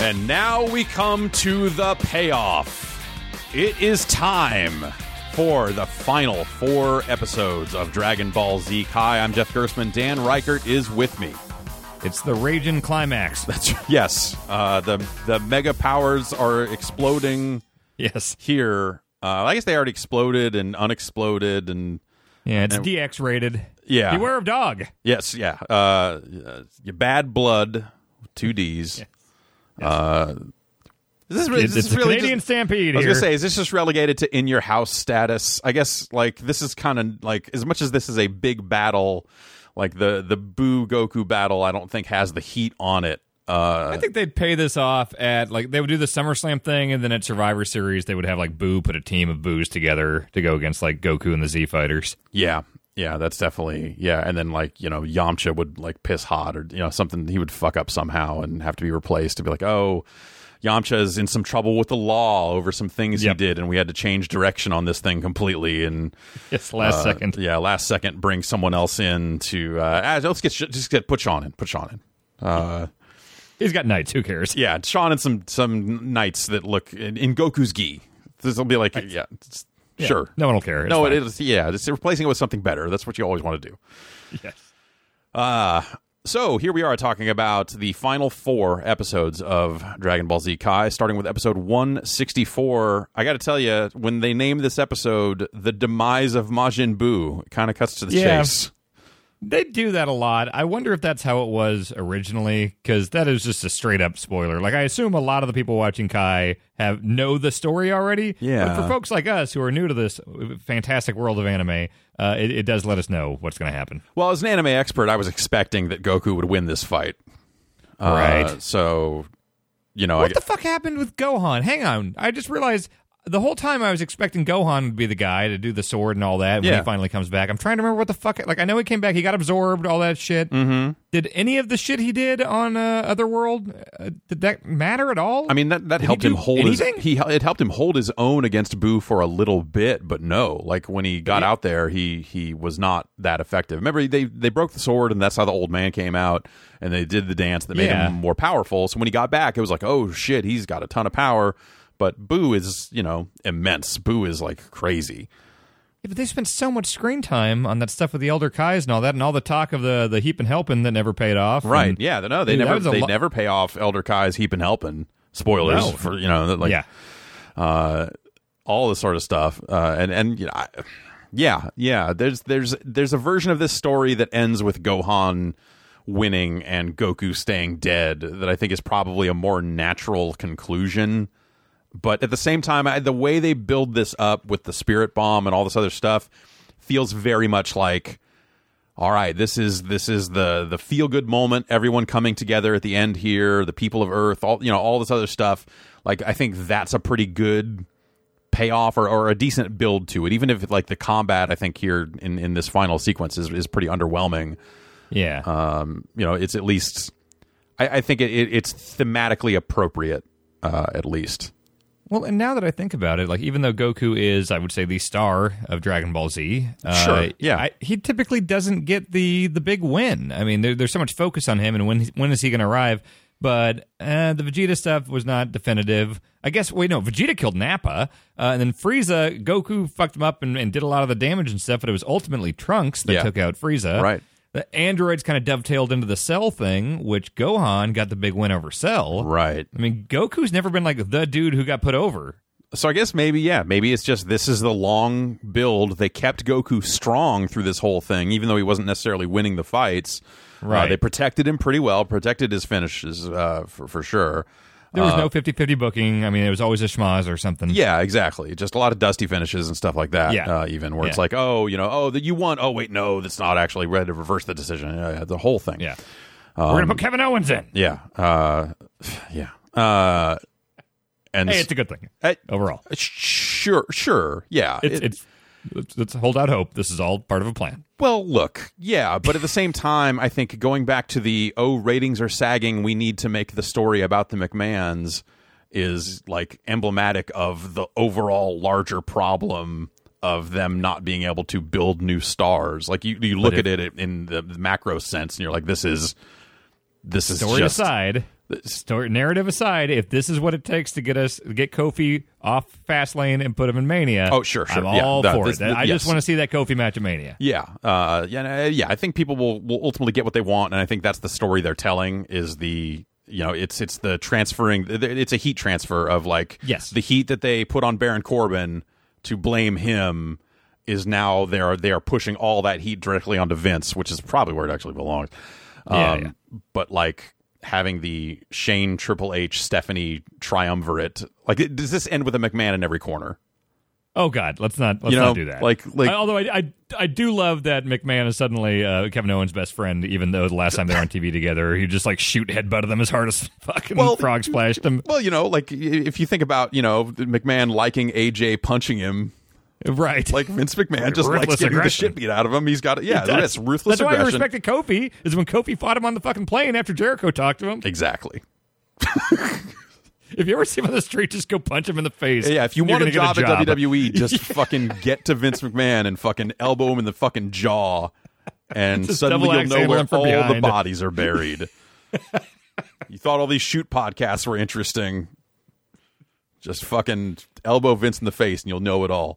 And now we come to the payoff. It is time for the final four episodes of Dragon Ball Z Kai. I'm Jeff Gersman. Dan Reichert is with me. It's the raging climax. That's yes. Uh, the the mega powers are exploding yes. here. Uh, I guess they already exploded and unexploded and Yeah, it's And- DX rated. Yeah. Beware of dog. yes, yeah. Uh, uh, bad blood, two D's. Uh, is this really, It's, is this it's a really Canadian just- stampede I was here. gonna say, is this just relegated to in your house status? I guess like this is kind of like as much as this is a big battle, like the the Boo Goku battle, I don't think has the heat on it. Uh, I think they'd pay this off at like they would do the SummerSlam thing, and then at Survivor Series they would have like Boo put a team of Boos together to go against like Goku and the Z Fighters. yeah, yeah, that's definitely yeah. And then like you know Yamcha would like piss hot or you know something he would fuck up somehow and have to be replaced to be like oh. Yamcha's in some trouble with the law over some things Yep. he did, and we had to change direction on this thing completely. And Yes, last Uh, second. Yeah, last second, bring someone else in to uh, ah, let's get just get put Sean in, put Sean in. Uh, He's got knights. Who cares? yeah, Sean and some some knights that look in, in Goku's gi. This will be like yeah, it's- Yeah, sure. No one will care. It's no, fine. it is yeah, it's replacing it with something better. That's what you always want to do. Yes. Uh, so here we are talking about the final four episodes of Dragon Ball Z Kai, starting with episode 164. I got to tell you, when they named this episode "The Demise of Majin Buu," it kind of cuts to the Yeah. chase. They do that a lot. I wonder if that's how it was originally, because that is just a straight up spoiler. Like, I assume a lot of the people watching Kai have know the story already. Yeah. But for folks like us who are new to this fantastic world of anime, uh, it, it does let us know what's going to happen. Well, as an anime expert, I was expecting that Goku would win this fight. Uh, Right. So, you know, I, What the fuck happened with Gohan? Hang on. I just realized the whole time I was expecting Gohan to be the guy to do the sword and all that when Yeah. he finally comes back. I'm trying to remember what the fuck. Like, I know he came back, he got absorbed, all that shit. Mm-hmm. Did any of the shit he did on uh, Otherworld, uh, did that matter at all? I mean that that he helped him do hold anything? his he it helped him hold his own against Boo for a little bit, but no, like when he got out there, he he was not that effective. Remember they they broke the sword and that's how the old man came out and they did the dance that made Yeah. him more powerful. So when he got back, it was like, "Oh shit, he's got a ton of power." But Boo is, you know, immense. Boo is like crazy. Yeah, but they spent so much screen time on that stuff with the Elder Kais and all that, and all the talk of the the heap and helping that never paid off. Right. And- yeah. No, they Dude, that never was a they lo- never pay off Elder Kai's heaping helping. Spoilers No. for you know like yeah. uh, all this sort of stuff. Uh, and and you know, I, yeah, yeah. There's there's there's a version of this story that ends with Gohan winning and Goku staying dead that I think is probably a more natural conclusion. But at the same time, I, the way they build this up with the spirit bomb and all this other stuff feels very much like. All right, this is this is the the feel good moment. Everyone coming together at the end here. The people of Earth, all you know, all this other stuff. Like I think that's a pretty good payoff or, or a decent build to it. Even if like the combat, I think here in in this final sequence is is pretty underwhelming. Yeah. Um, you know, it's at least I, I think it, it, it's thematically appropriate uh, at least. Well, and now that I think about it, like even though Goku is, I would say, the star of Dragon Ball Z, uh, Sure, yeah. I, he typically doesn't get the the big win. I mean, there, there's so much focus on him, and when when is he going to arrive? But uh, the Vegeta stuff was not definitive. I guess wait, no, Vegeta killed Nappa, uh, and then Frieza, Goku fucked him up and, and did a lot of the damage and stuff. But it was ultimately Trunks that Yeah. took out Frieza. Right. The androids kind of dovetailed into the Cell thing, which Gohan got the big win over Cell. Right. I mean, Goku's never been like the dude who got put over. So I guess maybe yeah, maybe it's just this is the long build. They kept Goku strong through this whole thing, even though he wasn't necessarily winning the fights. Uh, Right. they protected him pretty well, protected his finishes uh, for for sure. There was no 50 50 booking. I mean, it was always a schmoz or something. Uh, Yeah, exactly. Just a lot of dusty finishes and stuff like that. Yeah. Uh, even where it's Yeah. like, oh, you know, oh, that you won. Oh, wait, no, that's not actually ready to reverse the decision. Uh, the whole thing. Yeah. We're um, going to put Kevin Owens in. Yeah. Uh, yeah. Uh, and Hey, it's a good thing uh, overall. sure, sure. Yeah. It's, It- it's, let's, let's hold out hope. This is all part of a plan. Well, look, yeah, but at the same time, I think going back to the oh ratings are sagging, we need to make the story about the McMahons is like emblematic of the overall larger problem of them not being able to build new stars. Like you, you look at it in the macro sense, and you're like, this is this is Story just aside, Story narrative aside, if this is what it takes to get us get Kofi off fast lane and put him in Mania, Oh, sure, sure. I'm Yeah, all that- for this- it. I yes. just want to see that Kofi match at Mania. Yeah, uh, yeah, and, uh, yeah. I think people will, will ultimately get what they want, and I think that's the story they're telling. Is the you know it's it's the transferring. It's a heat transfer of like Yes. the heat that they put on Baron Corbin to blame him is now they are they are pushing all that heat directly onto Vince, which is probably where it actually belongs. Um, Yeah, But like having the Shane Triple H Stephanie triumvirate, like it- does this end with a McMahon in every corner? Oh God, let's not let's You know, not do that. like- like- I- although I, I I do love that McMahon is suddenly uh, Kevin Owens' best friend, even though the last time they were on TV together, he just like shoot headbutted them as hard as fucking Well- frog splashed him. Well, you know, like i- if you think about, you know, McMahon liking AJ punching him, Right. like Vince McMahon just Ruthless likes getting the aggression. shit beat out of him. He's got it. Yeah, that's ruthless That's why I aggression. respected Kofi is when Kofi fought him on the fucking plane after Jericho talked to him. exactly. If you ever see him on the street, just go punch him in the face. Yeah, if you and you're want a gonna job, get at E WWE, just fucking get to Vince McMahon and fucking elbow him in the fucking jaw, and Just suddenly double you'll axe know handle where him from all the behind. bodies are buried. you thought all these shoot podcasts were interesting. Just fucking elbow Vince in the face, and you'll know it all.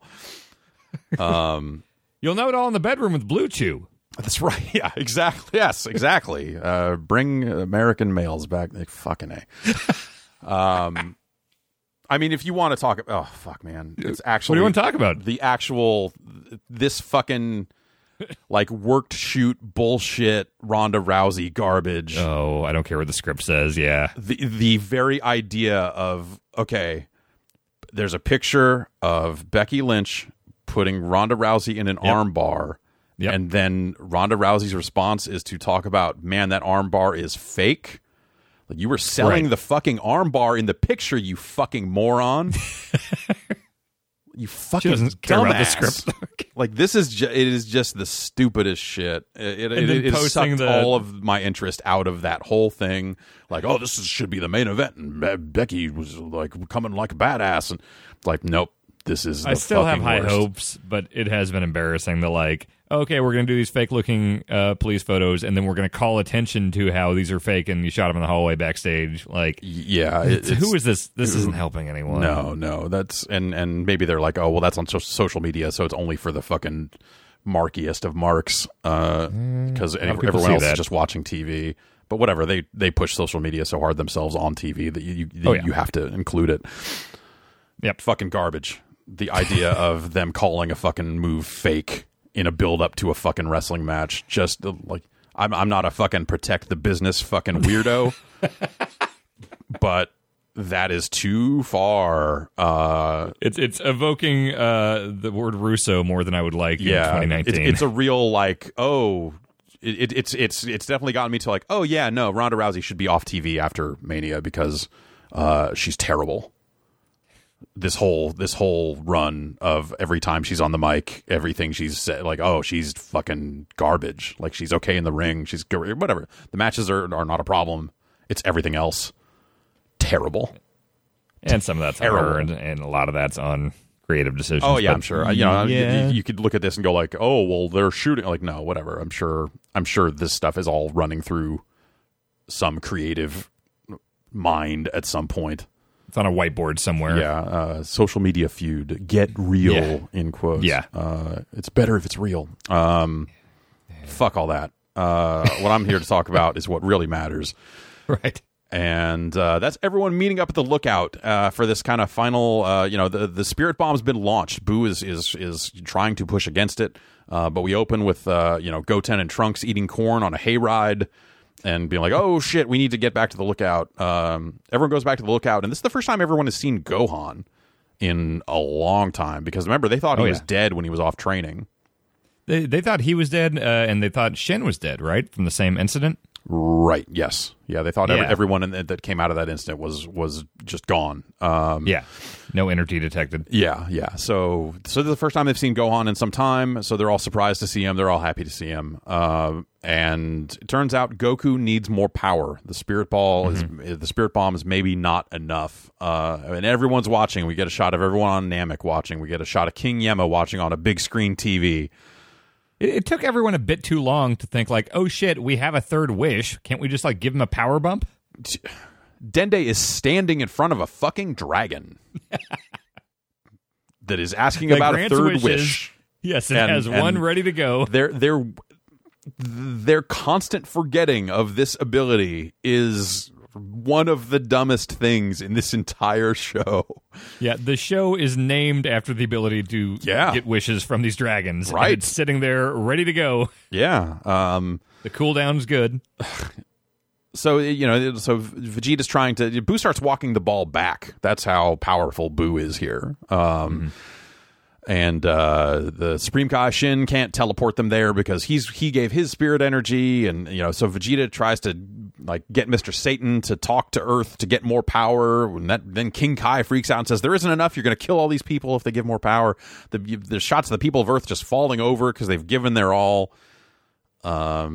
you'll know it all in the bedroom with Blue Chew. That's right. Yeah, exactly. Yes, exactly. Uh, bring American males back. Like, fucking a. Um, I mean, if you want to talk, oh fuck, man, it's What actually do you want to talk about? the actual this fucking like worked shoot bullshit Ronda Rousey garbage. Oh, I don't care what the script says. Yeah, The the very idea of okay, there's a picture of Becky Lynch putting Ronda Rousey in an arm bar. Yep. And then Ronda Rousey's response is to talk about, man, that arm bar is fake. Like, you were selling Right. the fucking arm bar in the picture, you fucking moron. you she fucking doesn't care about the dumbass. script. Like this is ju- it is just the stupidest shit. It it, And it, then it has sucked posting the- all of my interest out of that whole thing. Like, oh, this is, should be the main event, and Be- Becky was like coming like a badass, and it's like, nope, this is. I the still have fucking high worst. hopes, but it has been embarrassing. The like, okay, we're gonna do these fake looking uh, police photos, and then we're gonna call attention to how these are fake, and you shot him in the hallway backstage. Like, Yeah, it- it's, Mm. who is this? This isn't helping anyone. no, no. That's and and maybe they're like, oh, well, that's on so- social media, so it's only for the fucking markiest of marks, because Mm, people everyone see else is that? just watching TV. But whatever, they they push social media so hard themselves on TV that you you, Oh, yeah. you have to include it. Yep. fucking garbage. The idea of them calling a fucking move fake in a build up to a fucking wrestling match, just uh, like I'm, I'm not a fucking protect the business fucking weirdo, but that is too far. Uh, It's it's evoking uh, the word Russo more than I would like yeah, in it's, 2019. it's a real like oh. It, it, it's it's it's definitely gotten me to like oh yeah no Ronda Rousey should be off TV after Mania because uh, she's terrible. This whole this whole run of every time she's on the mic, everything she's said like oh she's fucking garbage. Like she's okay in the ring, she's gr- whatever. The matches are are not a problem. It's everything else terrible. and some of that's on terrible. her, and, and a lot of that's on creative decisions. Oh yeah, but- I'm sure. I- You know, Yeah. you, you could look at this and go like, "Oh, well, they're shooting." Like, no, whatever. I'm sure. I'm sure this stuff is all running through some creative mind at some point. It's on a whiteboard somewhere. Yeah, uh, social media feud. Get real in quotes. Yeah. uh, it's better if it's real. Um, fuck all that. Uh, what I'm here to talk about is what really matters Right. and uh, that's everyone meeting up at the lookout uh, for this kind of final. Uh, you know, the the spirit bomb's been launched. Boo is is is trying to push against it, uh, but we open with uh, you know Goten and Trunks eating corn on a hayride. And being like, oh shit, we need to get back to the lookout. Um, everyone goes back to the lookout, and this is the first time everyone has seen Gohan in a long time. Because remember, they thought he Oh, yeah. was dead when he was off training. They they thought he was dead, uh, and they thought Shen was dead, right, from the same incident. Right? Yes. Yeah. They thought every, Yeah. everyone in that that came out of that incident was was just gone. Um, Yeah. No energy detected. Yeah, yeah. So, so this is the first time they've seen Gohan in some time. So they're all surprised to see him. They're all happy to see him. Uh, and it turns out Goku needs more power. The Spirit Ball is the Spirit Bomb is maybe not enough. Uh, and everyone's watching. We get a shot of everyone on Namek watching. We get a shot of King Yema watching on a big screen TV. It, it took everyone a bit too long to think like, oh shit, we have a third wish. Can't we just like give him a power bump? Dende is standing in front of a fucking dragon that is asking That about a grants third wishes. wish. Yes, it And- has one and- ready to go. Their their their constant forgetting of this ability is one of the dumbest things in this entire show. Yeah, the show is named after the ability to Yeah. get wishes from these dragons. and Right. it's sitting there ready to go. Yeah. Um The cooldown's good. so you know so Vegeta's trying to Boo starts walking the ball back. That's how powerful Boo is here. Um and uh the Supreme Kai Shin can't teleport them there because he's he gave his spirit energy and you know so Vegeta tries to like get Mr. Satan to talk to Earth to get more power and that then King Kai freaks out and says there isn't enough you're going to kill all these people if they give more power. The the shots of the people of Earth just falling over cuz they've given their all. Uh,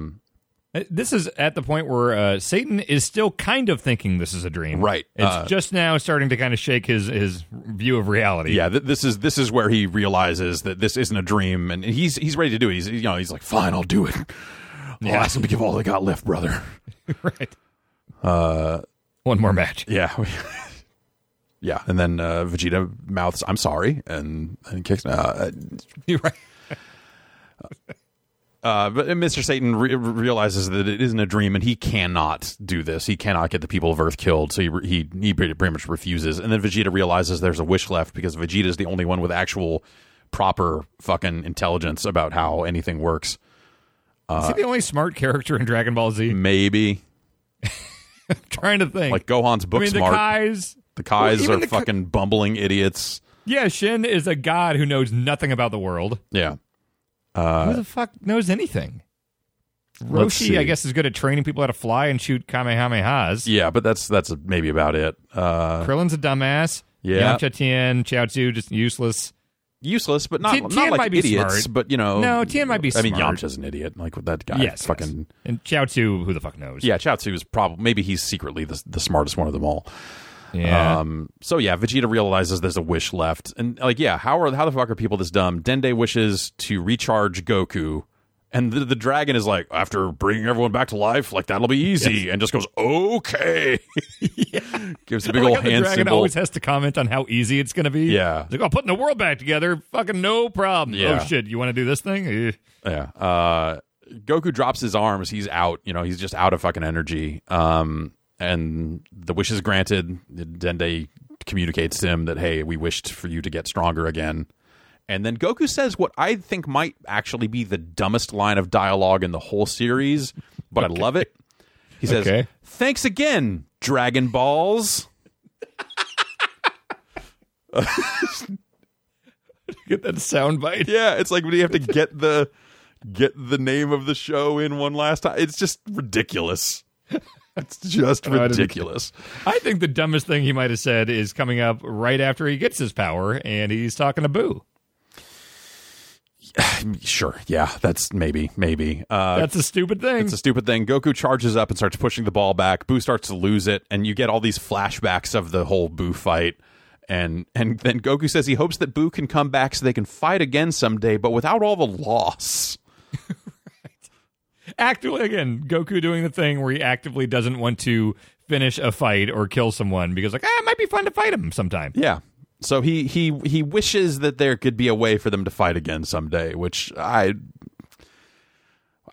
This is at the point where uh, Satan is still kind of thinking this is a dream. Right, It's uh, just now starting to kind of shake his his view of reality. Yeah, th- this is this is where he realizes that this isn't a dream, and he's he's ready to do it. He's you know he's like, fine, I'll do it. I'll ask him to give all they got left, brother. right. Uh, One more match. Yeah, we- yeah. And then uh, Vegeta mouths, "I'm sorry," and and kicks. Uh, You're right. uh, but Mr. Satan re- realizes that it isn't a dream, and he cannot do this. He cannot get the people of Earth killed, so he re- he he pretty pretty much refuses. And then Vegeta realizes there's a wish left because Vegeta is the only one with actual proper fucking intelligence about how anything works. is he the only smart character in Dragon Ball Z? Maybe. trying to think. Like Gohan's I book mean, the smart. Kais. the Kais even are the Ka- fucking bumbling idiots. Yeah, Shin is a god who knows nothing about the world. Yeah. Who the fuck knows anything? Uh, Let's Roshi, see. I guess, is good at training people how to fly and shoot kamehamehas. Yeah, but that's that's maybe about it. Uh Krillin's a dumbass. Yeah. Yamcha Tien, Chao Tzu, just useless. useless, but not, Tien- not Tien like might be idiots, smart. but you know No, Tien might be I mean smart. Yamcha's an idiot. Like with that guy yes. fucking yes. And Chao Tzu, who the fuck knows? Yeah, Chaozu is probably maybe he's secretly the, the smartest one of them all. Yeah. Um, so yeah, Vegeta realizes there's a wish left, and like yeah, how are how the fuck are people this dumb? Dende wishes to recharge Goku, and the, the dragon is like, after bringing everyone back to life, like that'll be easy, and just goes okay, gives a big I like old how the hand dragon symbol. always has to comment on how easy it's going to be. Yeah. It's like, oh, putting the world back together, fucking no problem. Yeah. Oh, shit, you want to do this thing? Eh. yeah. Uh, Goku drops his arms. He's out. You know, he's just out of fucking energy. Um, and the wish is granted. Dende communicates to him that, hey, we wished for you to get stronger again. And then Goku says what I think might actually be the dumbest line of dialogue in the whole series, but I love it. He says, Okay. thanks again, Dragon Balls. Get that sound bite. Yeah, it's like when you have to get the get the name of the show in one last time. It's just ridiculous. It's just I didn't- ridiculous. I think the dumbest thing he might have said is coming up right after he gets his power and he's talking to Boo. Sure, yeah, that's maybe, maybe. Uh, That's a stupid thing. it's a stupid thing. Goku charges up and starts pushing the ball back. Boo starts to lose it, and you get all these flashbacks of the whole Boo fight. And and then Goku says he hopes that Boo can come back so they can fight again someday, but without all the loss. Actually, again, Goku doing the thing where he actively doesn't want to finish a fight or kill someone because, like, ah, it might be fun to fight him sometime. Yeah. So he he he wishes that there could be a way for them to fight again someday, which I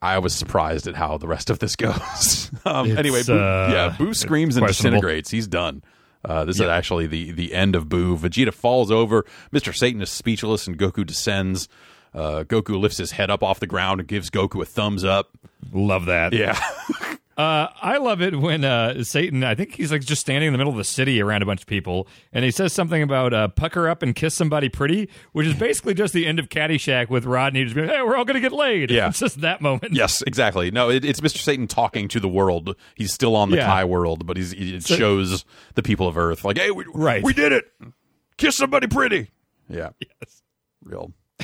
I was surprised at how the rest of this goes. um, It's, anyway, Boo, uh, yeah, Boo screams and questionable. disintegrates. He's done. Uh, this is actually the the end of Boo. Vegeta falls over. Mister Satan is speechless, and Goku descends. Uh, Goku lifts his head up off the ground and gives Goku a thumbs up. Love that. Yeah, Uh, I love it when uh, Satan, I think he's like just standing in the middle of the city around a bunch of people, and he says something about uh, pucker up and kiss somebody pretty, which is basically just the end of Caddyshack with Rodney just being, hey, we're all going to get laid. Yeah. It's just that moment. yes, exactly. No, it, it's Mister Satan talking to the world. He's still on the Yeah. Kai world, but he's it shows the people of Earth like, hey, we, Right. we did it. Kiss somebody pretty. Yeah. Yes. Real.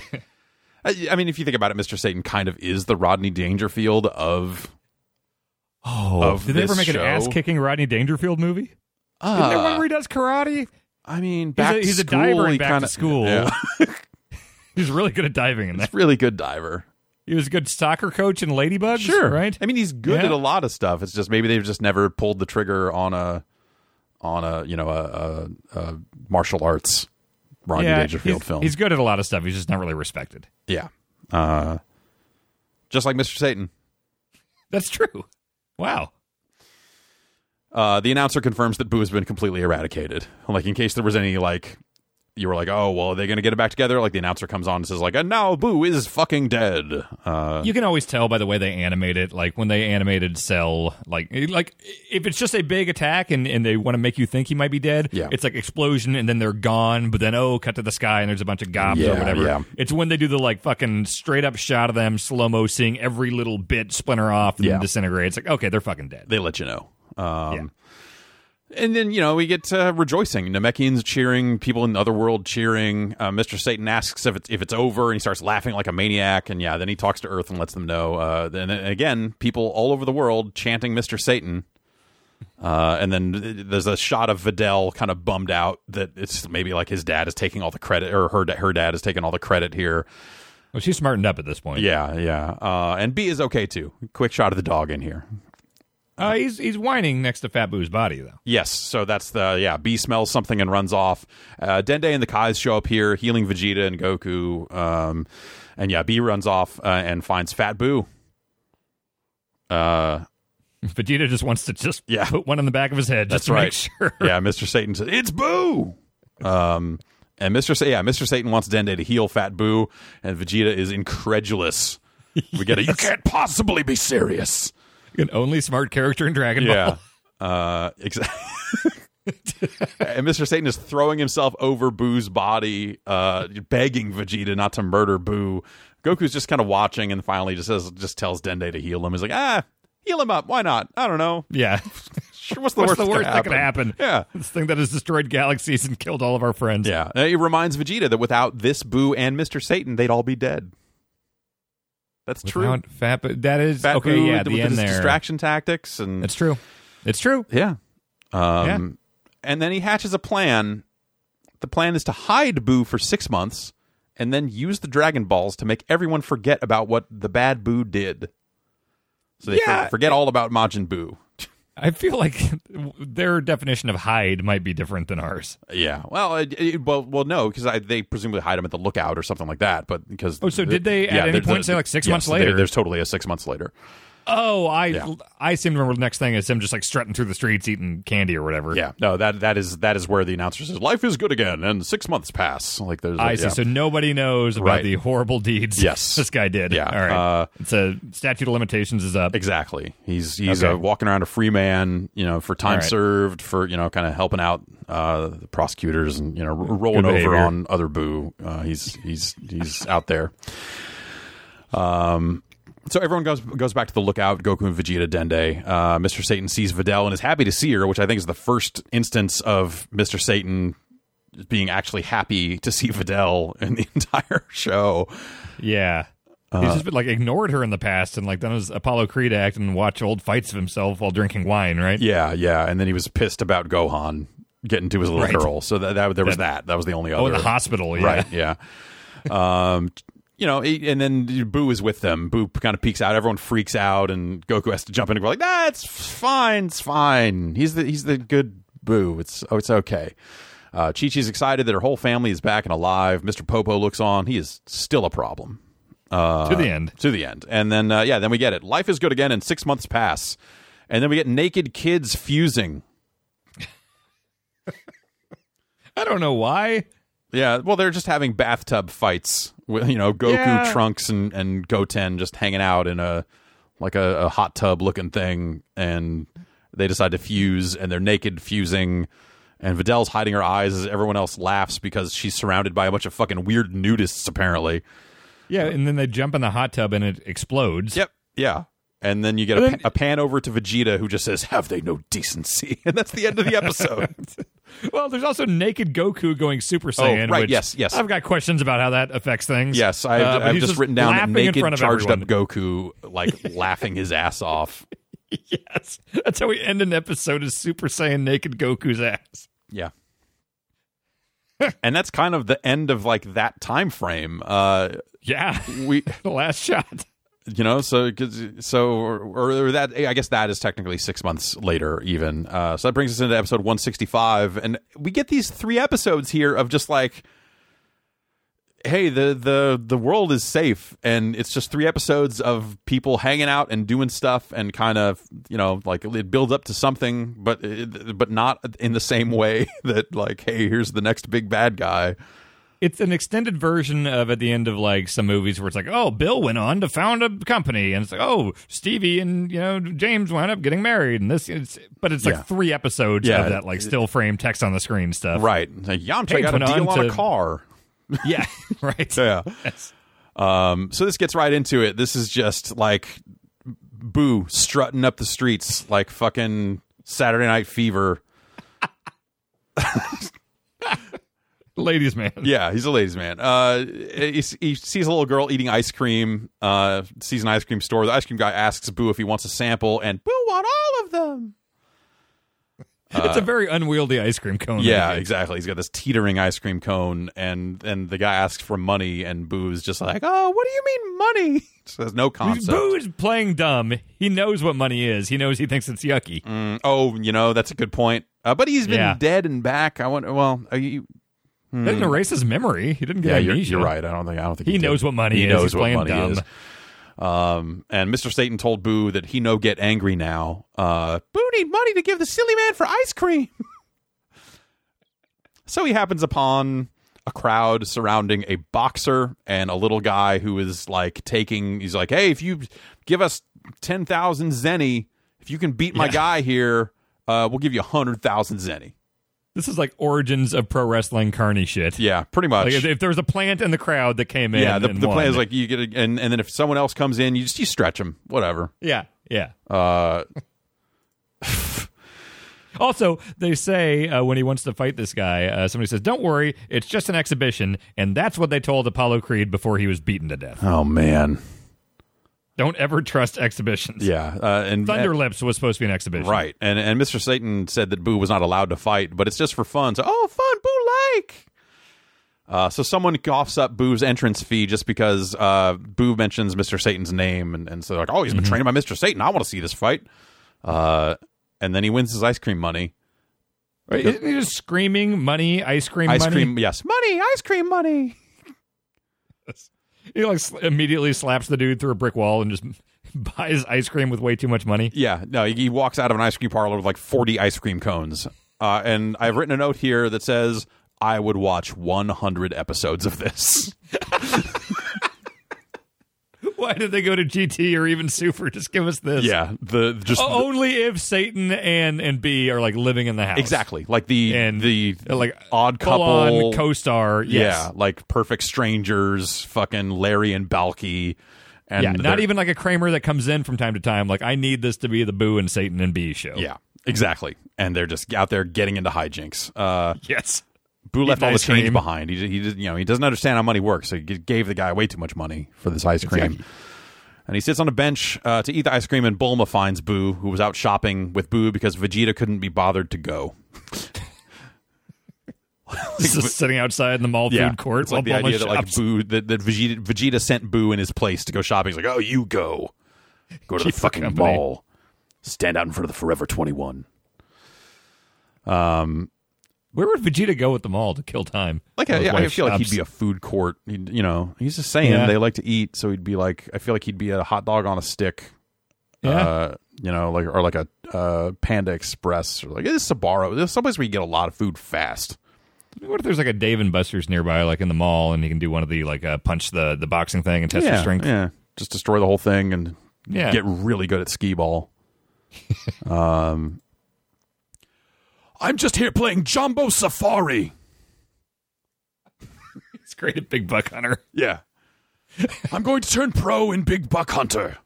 I, I mean, if you think about it, Mr. Satan kind of is the Rodney Dangerfield of. Oh, of did they ever this make an show. ass kicking Rodney Dangerfield movie? Isn't there one Uh, where he does karate? I mean, back a- to he's a school, diver in he Back to kinda, School. Yeah. He's really good at diving in that. really good diver. He was a good soccer coach in Ladybugs, right? I mean, he's good Yeah. at a lot of stuff. It's just maybe they've just never pulled the trigger on a on a you know a, a, a martial arts Rodney Dangerfield he's, film. he's good at a lot of stuff. He's just not really respected. yeah, uh, just like Mr. Satan. That's true. Wow. Uh, the announcer confirms that Boo has been completely eradicated. Like in case there was any like you were like, oh well, are they going to get it back together? Like the announcer comes on and says like, and now Boo is fucking dead. Uh, You can always tell by the way they animate it. Like when they animated Cell, like eh, like if it's just a big attack and, and they want to make you think he might be dead, Yeah. it's like explosion and then they're gone. But then oh, cut to the sky and there's a bunch of gobs or Yeah, whatever. yeah. It's when they do the like fucking straight up shot of them slow mo, seeing every little bit splinter off and Yeah. disintegrate. It's like okay, they're fucking dead. they let you know. Um, And then you know we get uh, rejoicing, Namekians cheering, people in the other world cheering. Uh, Mister Satan asks if it's if it's over, and he starts laughing like a maniac. And yeah, then he talks to Earth and lets them know. Uh, and, then again, people all over the world chanting Mister Satan. Uh, and then th- there's a shot of Vidal kind of bummed out that it's maybe like his dad is taking all the credit, or her da- her dad is taking all the credit here. Well, she's smartened up at this point. Yeah, yeah. Uh, and B is okay too. Quick shot of the dog in here. uh, he's he's whining next to Fat Boo's body though. Yes, so that's the yeah. B smells something and runs off. Uh, Dende and the Kai's show up here, healing Vegeta and Goku. Um, and yeah, B runs off uh, and finds Fat Boo. Uh, Vegeta just wants to just Yeah. put one on the back of his head That's just to right. make sure. yeah, Mr. Satan says it's Boo. Um, and Mr. Sa- yeah, Mr. Satan wants Dende to heal Fat Boo, and Vegeta is incredulous. We get a you can't possibly be serious. An only smart character in Dragon Ball. Yeah. Uh, exactly. and Mr. Satan is throwing himself over Boo's body, uh, begging Vegeta not to murder Boo. Goku's just kind of watching and finally just says, just tells Dende to heal him. He's like, ah, heal him up. Why not? I don't know. Yeah. Sure, What's the What's worst, the worst that, that could happen? Yeah. This thing that has destroyed galaxies and killed all of our friends. Yeah. And It reminds Vegeta that without this Boo and Mr. Satan, they'd all be dead. That's true. Without Fat Boo- that is Fat okay. Boo yeah, with the end his there. distraction tactics and It's true. It's true. Yeah. Um, And then he hatches a plan. The plan is to hide Boo for six months and then use the Dragon Balls to make everyone forget about what the bad Boo did. So they for- Yeah. forget all about Majin Boo. I feel like their definition of hide might be different than ours. Yeah. Well, it, it- well, well, no, because they presumably hide him at the lookout or something like that. But because Oh, so did they at any there's point a- say, like, six yes, months there- later? there's totally a six months later. Oh, I Yeah. I seem to remember the next thing is him just like strutting through the streets eating candy or whatever. Yeah. No, that that is that is where the announcer says life is good again, and six months pass. Like there's a- I see. yeah. So nobody knows about Right. the horrible deeds Yes. this guy did. Yeah. All right. Uh, it's a statute of limitations is up. Exactly. He's he's Okay. uh, walking around a free man, you know, for time All right. served, for you know, kind of helping out uh, the prosecutors and you know, r- rolling Good over behavior. on other boo. Uh, he's he's he's out there. Um. So everyone goes goes back to the lookout. Goku and Vegeta, Dende. Uh, Mr. Satan sees Videl and is happy to see her, which I think is the first instance of Mr. Satan being actually happy to see Videl in the entire show. Yeah. He's just been, like ignored her in the past and like done his Apollo Creed act and watch old fights of himself while drinking wine, right? Yeah, yeah, and then he was pissed about Gohan getting to his little Right. girl. So that, that there was that. That was the only Oh, other. in the hospital, yeah. Right. Yeah. um, you know, he- and then Boo is with them. Boo kind of peeks out. Everyone freaks out, and Goku has to jump in and go like, "Nah, it's fine. It's fine. He's the he's the good Boo. It's oh, it's okay." Uh, Chi Chi's excited that her whole family is back and alive. Mr. Popo looks on. He is still a problem Uh-huh. To the end. to the end. And then, uh, yeah, then we get it. Life is good again, and six months pass. And then we get naked kids fusing. I don't know why. Yeah, well, they're just having bathtub fights with you know Goku, Yeah. Trunks, and and Goten just hanging out in a like a, a hot tub looking thing, and they decide to fuse, and they're naked fusing. And Videl's hiding her eyes as everyone else laughs because she's surrounded by a bunch of fucking weird nudists, apparently. Yeah, and then they jump in the hot tub and it explodes. Yep. Yeah. And then you get a, And pa- then- a pan over to Vegeta, who just says, "Have they no decency?" And that's the end of the episode. Well, there's also naked Goku going Super Saiyan. Oh, right, which yes, yes. I've got questions about how that affects things. yes, I, Uh, but I've he's just, written down that laughing naked, in front of charged everyone. up Goku, like laughing his ass off. Yes, that's how we end an episode: is Super Saiyan naked Goku's ass. Yeah. and that's kind of the end of like that time frame. Uh, Yeah, we the last shot. you know so 'cause- so or, or that i guess that is technically six months later even uh, so that brings us into episode 165 and we get these three episodes here of just like hey the the the world is safe and it's just three episodes of people hanging out and doing stuff and kind of you know like it builds up to something but it, but not in the same way that like hey here's the next big bad guy It's an extended version of at the end of like some movies where it's like, oh, Bill went on to found a company, and it's like, oh, Stevie and you know James wound up getting married, and this, it's, but it's like Yeah. three episodes Yeah. of that like still frame text on the screen stuff. right like, yamcha Hey, got a went deal on on a to- car Yeah, right. yeah Yes. Um, so this gets right into it. This is just like boo strutting up the streets like fucking Saturday Night Fever. Ladies, man. Yeah, he's a ladies' man. Uh, he, he sees a little girl eating ice cream. Uh, sees an ice cream store. The ice cream guy asks Boo if he wants a sample, and Boo want all of them. it's a very unwieldy ice cream cone. Yeah, exactly. He's got this teetering ice cream cone, and and the guy asks for money, and Boo is just like, "Oh, what do you mean money?" So there's no concept. Boo is playing dumb. He knows what money is. He knows he thinks it's yucky. Mm, oh, you know that's a good point. Uh, but he's been Yeah. dead and back. I want. Well, uh, you, That didn't erase his memory. He didn't get Mm-hmm. yeah, you're, amnesia. you're right. I don't think. I don't think He did. knows what money He is. knows He's what playing money dumb. is. Um, and Mr. Satan told Boo that he no get angry now. Uh, Boo need money to give the silly man for ice cream. so he happens upon a crowd surrounding a boxer and a little guy who is like taking. He's like, "Hey, if you give us ten thousand zenny, if you can beat my Yeah. guy here, uh, we'll give you hundred thousand zenny." This is like origins of pro wrestling carny shit. Yeah, pretty much. Like if, if there was a plant in the crowd that came in, yeah, the, and the won. plan is like you get a, and and then if someone else comes in, you just you stretch them, whatever. yeah, yeah. Uh, Also, they say uh, when he wants to fight this guy, uh, somebody says, "Don't worry, it's just an exhibition," and that's what they told Apollo Creed before he was beaten to death. oh man, Don't ever trust exhibitions. yeah, uh, and Thunder Lips was supposed to be an exhibition. right, and and Mr. Satan said that Boo was not allowed to fight, but it's just for fun. So oh, fun, Boo like. Uh, so someone coughs up Boo's entrance fee just because uh, Boo mentions Mr. Satan's name, and, and so like, oh, he's been Mm-hmm. trained by Mr. Satan. I want to see this fight. Uh, and then he wins his ice cream money. Right, Isn't he just screaming money, ice cream, Ice money? cream, yes, money, ice cream, money. He like sl- immediately slaps the dude through a brick wall and just buys ice cream with way too much money. Yeah, no, he- he walks out of an ice cream parlor with like 40 ice cream cones. Uh, and I've written a note here that says, I would watch 100 episodes of this. Why did they go to GT or even Super? Just give us this. yeah, the just O- Only if Satan and and B are like living in the house. exactly like the And, the uh, like, odd Full couple, on co-star. yeah, Yes. like perfect strangers, fucking Larry and Balky, and Yeah, they're- not even like a Kramer that comes in from time to time. Like, I need this to be the Boo and Satan and B show. yeah, exactly. And they're just out there getting into hijinks. Uh, Yes. Boo left all the ice change cream. behind. He he you know he doesn't understand how money works. So he g- gave the guy way too much money for this ice cream. Exactly. And he sits on a bench uh, to eat the ice cream, and Bulma finds Boo, who was out shopping with Boo because Vegeta couldn't be bothered to go. Just sitting outside in the mall food court. it's like while the Bulma idea that like shops. Boo that, that Vegeta, Vegeta sent Boo in his place to go shopping. He's like, "Oh, you go, go to the Keep the fucking company." mall, stand out in front of the Forever Twenty One." Where would Vegeta go at the mall to kill time? Like I, His I wife feel like he'd shops. be a food court. He'd, you know, he's just saying Yeah. they like to eat, so he'd be like, I feel like he'd be a hot dog on a stick. Yeah. Uh, you know, like or like a uh, Panda Express or like this Sabaro. There's someplace where you get a lot of food fast. What if there's like a Dave and Buster's nearby, like in the mall, and you can do one of the like uh, punch the the boxing thing and test your yeah, strength? yeah. Just destroy the whole thing and Yeah. get really good at skee ball. um, I'm just here playing Jumbo Safari. It's great at Big Buck Hunter. Yeah. I'm going to turn pro in Big Buck Hunter.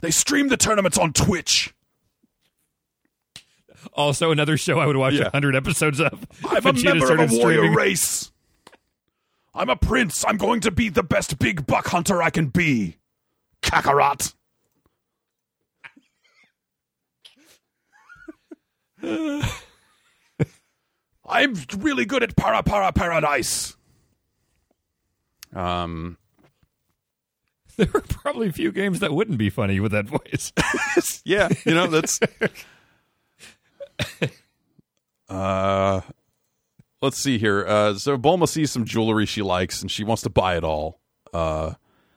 They stream the tournaments on Twitch. Also, another show I would watch Yeah. hundred episodes of. I'm a Vegeta member of started a warrior streaming. race. I'm a prince. I'm going to be the best big buck hunter I can be. Kakarot. I'm really good at para para paradise. Um, there are probably a few games that wouldn't be funny with that voice. yeah, you know that's. uh, let's see here. Uh, so Bulma sees some jewelry she likes, and she wants to buy it all. Uh,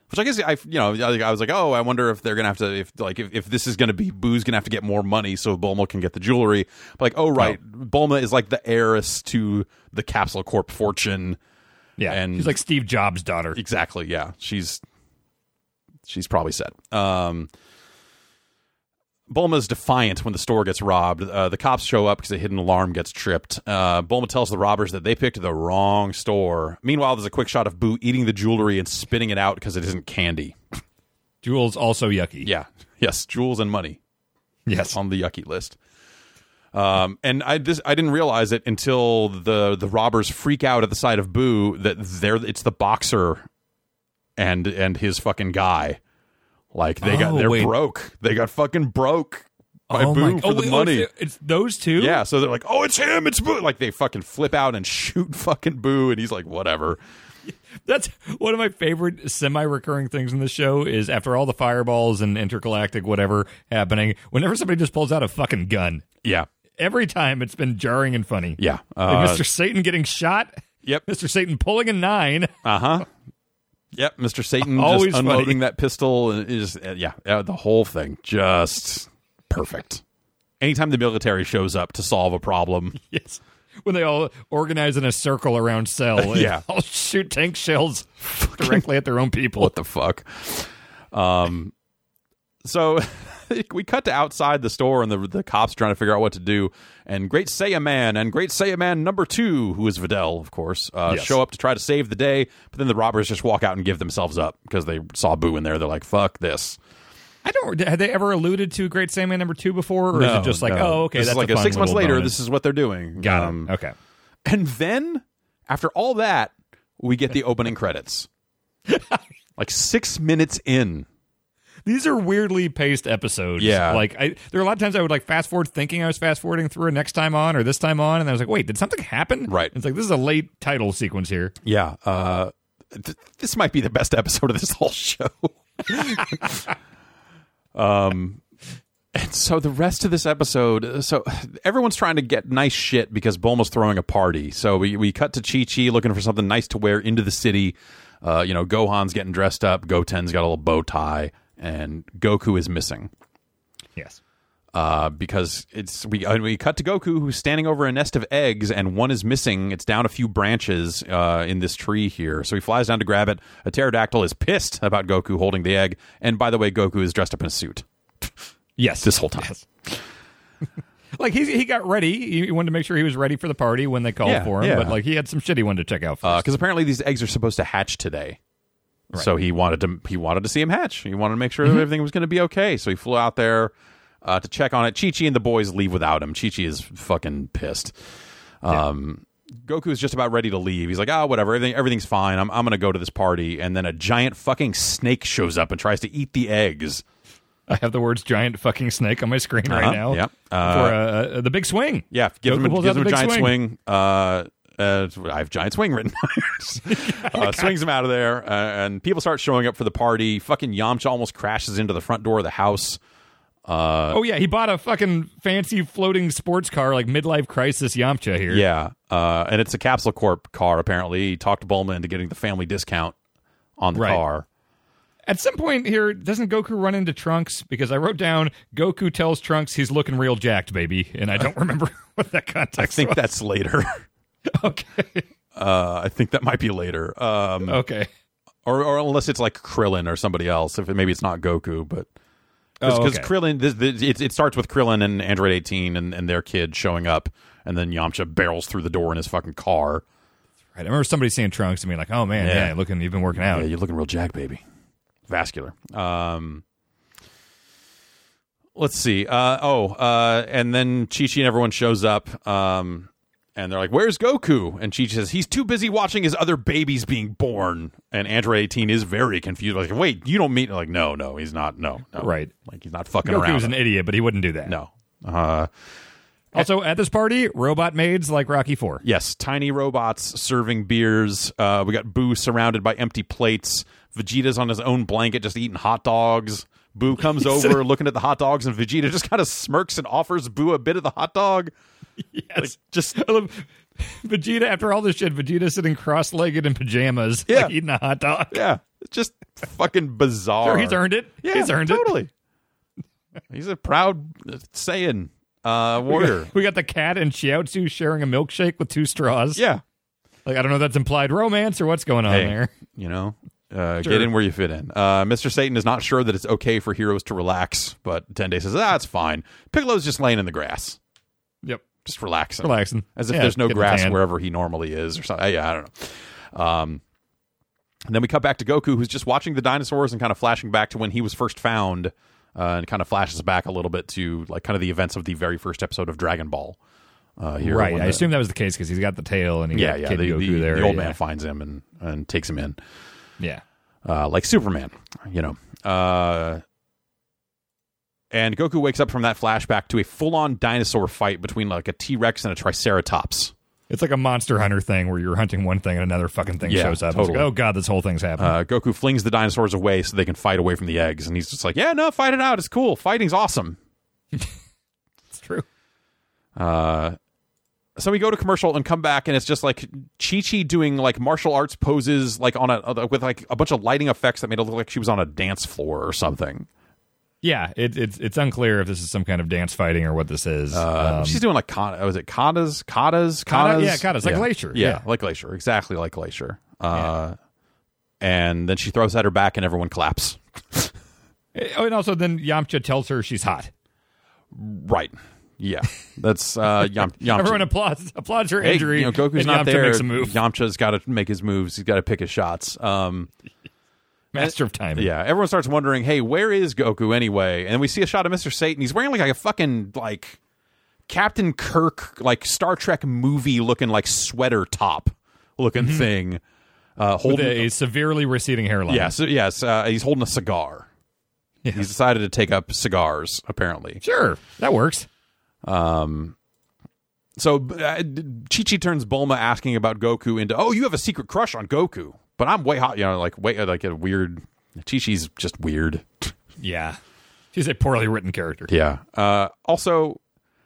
which I guess I, you know, I I was like, oh, I wonder if they're gonna have to, if like, if, if this is gonna be Boo's gonna have to get more money so Bulma can get the jewelry. But like, oh right, Bulma is like the heiress to the Capsule Corp fortune. yeah, And- she's like Steve Jobs' daughter. Exactly. Yeah, she's she's probably set. Um, Bulma's defiant when the store gets robbed. Uh, the cops show up because a hidden alarm gets tripped. Uh, Bulma tells the robbers that they picked the wrong store. Meanwhile, there's a quick shot of Boo eating the jewelry and spitting it out because it isn't candy. Jewel's also yucky. Yeah. Yes, jewels and money Yes. on the yucky list. Um, and I this I didn't realize it until the the robbers freak out at the sight of Boo that they're it's the boxer and and his fucking guy. Like they got Oh, they're wait. broke. They got fucking broke by oh Boo my! for oh, the wait, oh, money. it's, it's those two. yeah, so they're like, "Oh, it's him! It's Boo!" Like they fucking flip out and shoot fucking Boo, and he's like, "Whatever." That's one of my favorite semi-recurring things in the show is after all the fireballs and intergalactic whatever happening, whenever somebody just pulls out a fucking gun, Yeah, every time it's been jarring and funny. yeah. Uh, Like Mr. Satan getting shot, yep. Mr. Satan pulling a nine. Uh huh. Yep, Mr. Satan Uh-huh. Always just funny. unloading that pistol and it just uh, yeah, uh, the whole thing just perfect. Anytime the military shows up to solve a problem, Yes. When they all organize in a circle around cell, and Yeah. all shoot tank shells directly at their own people. what the fuck? Um, so we cut to outside the store and the the cops trying to figure out what to do. And Great Saiyan Man and Great Saiyan Man number two, who is Videl, of course, uh, Yes. show up to try to save the day. But then the robbers just walk out and give themselves up because they saw Boo in there. They're like, "Fuck this." I don't. Had they ever alluded to Great Sandman number two before, or is No, it just like, no. oh, okay, This that's is like a a fun six months little later. bonus. This is what they're doing. got Um, him. Okay. And then after all that, we get the opening credits. like six minutes in. These are weirdly paced episodes. Yeah. Like I, there are a lot of times I would like fast forward thinking I was fast forwarding through a next time on or this time on, and I was like, wait, did something happen? Right. It's like this is a late title sequence here. Yeah. Uh, th- this might be the best episode of this whole show. um, and so the rest of this episode, so everyone's trying to get nice shit because Bulma's throwing a party. So we, we cut to Chi Chi looking for something nice to wear into the city. Uh, you know, Gohan's getting dressed up, Goten's got a little bow tie, and Goku is missing. Yes. uh, because it's we and we cut to Goku who's standing over a nest of eggs and one is missing. It's down a few branches uh, in this tree here, so he flies down to grab it. A pterodactyl is pissed about Goku holding the egg, and by the way, Goku is dressed up in a suit Yes. this whole time. Yes. like he he got ready. He wanted to make sure he was ready for the party when they called Yeah, for him. yeah. Uh, But like he had some shit he wanted to check out first. because apparently these eggs are supposed to hatch today. So he wanted to he wanted to see him hatch. He wanted to make sure that everything was going to be okay. So he flew out there uh, to check on it. Chi Chi and the boys leave without him. Chi Chi is fucking pissed. Um, Goku is just about ready to leave. He's like, ah, whatever. Everything, everything's fine. I'm I'm going to go to this party. And then a giant fucking snake shows up and tries to eat the eggs. I have the words "giant fucking snake" on my screen right Uh-huh, now. yeah. for uh, uh, the big swing. Yeah, give Goku him a, pulls give out him the a big giant swing. swing. Uh, uh, I have giant swing written. uh, swings him out of there, uh, and people start showing up for the party. Fucking Yamcha almost crashes into the front door of the house. oh yeah, he bought a fucking fancy floating sports car, like midlife crisis Yamcha here. Yeah, uh, and it's a Capsule Corp car. Apparently, he talked Bulma into getting the family discount on the Right. car. At some point here, doesn't Goku run into Trunks? Because I wrote down Goku tells Trunks he's looking real jacked, baby, and I don't remember what that I context. think that's later. was. okay, Uh, I think that might be later, um, okay. or, or unless it's like Krillin or somebody else. If it, maybe it's not Goku, but because Oh, okay. Krillin, this, this, it, it starts with Krillin and Android 18 and, and their kid showing up, and then Yamcha barrels through the door in his fucking car. Right, I remember somebody saying Trunks to me like, "Oh man, Yeah. yeah, looking, you've been working out." Yeah, Oh, you're looking real jack, baby. Vascular. Um, let's see. Uh, oh, uh, and then Chi Chi and everyone shows up. Um, and they're like, "Where's Goku?" And Chi Chi says, "He's too busy watching his other babies being born." And Android 18 is very confused. Like, wait, you don't mean like, no, no, he's not. No, no. Right. Like he's not fucking Goku around. was an idiot, but he wouldn't do that. No. Uh, Also, at this party, robot maids like Rocky Four. Yes, tiny robots serving beers. Uh, we got Boo surrounded by empty plates. Vegeta's on his own blanket, just eating hot dogs. Boo comes over, looking at the hot dogs, and Vegeta just kind of smirks and offers Boo a bit of the hot dog. Yes. Just I love Vegeta. After all this shit, Vegeta sitting cross-legged in pajamas, Yeah. like eating a hot dog. yeah, just fucking bizarre. Sure, he's earned it. Yeah, he's earned it. totally. He's a proud uh, Saiyan uh, warrior. We got the cat and Chiaotzu sharing a milkshake with two straws. yeah, Like I don't know if that's implied romance or what's going on Hey, there. you know, uh, Sure. get in where you fit in. Uh, Mr. Satan is not sure that it's okay for heroes to relax, but Ten Day says that's fine. Piccolo's just laying in the grass, Yep. just relaxing, Relaxing. as if Yeah, there's no getting grass tan. wherever he normally is, or something. Yeah, I don't know. Um, and then we cut back to Goku, who's just watching the dinosaurs and kind of flashing back to when he was first found, uh, and kind of flashes back a little bit to like kind of the events of the very first episode of Dragon Ball. Uh, here Right. when I the- assume that was the case because he's got the tail and he yeah, got yeah. Kid The, Goku the- there. the old yeah. man finds him and and takes him in. Yeah. uh, like Superman, you know. Uh, and Goku wakes up from that flashback to a full-on dinosaur fight between like a T-Rex and a Triceratops. It's like a Monster Hunter thing where you're hunting one thing and another fucking thing Yeah, shows up. It's totally. like, oh god, this whole thing's happening. Uh, Goku flings the dinosaurs away so they can fight away from the eggs, and he's just like, "Yeah, no, fight it out. It's cool. Fighting's awesome." it's true. Uh, so we go to commercial and come back, and it's just like Chi Chi doing like martial arts poses, like on a with like a bunch of lighting effects that made it look like she was on a dance floor or something. Yeah, it, it's it's unclear if this is some kind of dance fighting or what this is. Uh, Um, she's doing like kata. Was it katas? Katas? Kata- Katas? yeah, katas, like glacier, Yeah, yeah. like glacier. Exactly like glacier. Uh, And then she throws at her back, and everyone claps. oh, and also then Yamcha tells her she's hot. Right. Yeah. That's uh, Yam- Yamcha. Everyone applauds applauds her Hey, injury. you know, Goku's and not Yamcha there. Makes a move. Yamcha's got to make his moves. He's got to pick his shots. Um, Master of timing. yeah. Everyone starts wondering, hey, where is Goku anyway? And we see a shot of Mister Satan. He's wearing like a fucking like Captain Kirk, like Star Trek movie looking like sweater top looking thing. Uh, Mm-hmm. With holding a, a severely receding hairline. Yes, yes. Uh, he's holding a cigar. He's decided to take up cigars, apparently. Sure, that works. So uh, Chi Chi turns Bulma asking about Goku into, oh, you have a secret crush on Goku, but I'm way hot, you know, like way like a weird. Chi Chi's just weird. Yeah, she's a poorly written character. Yeah. Uh, also,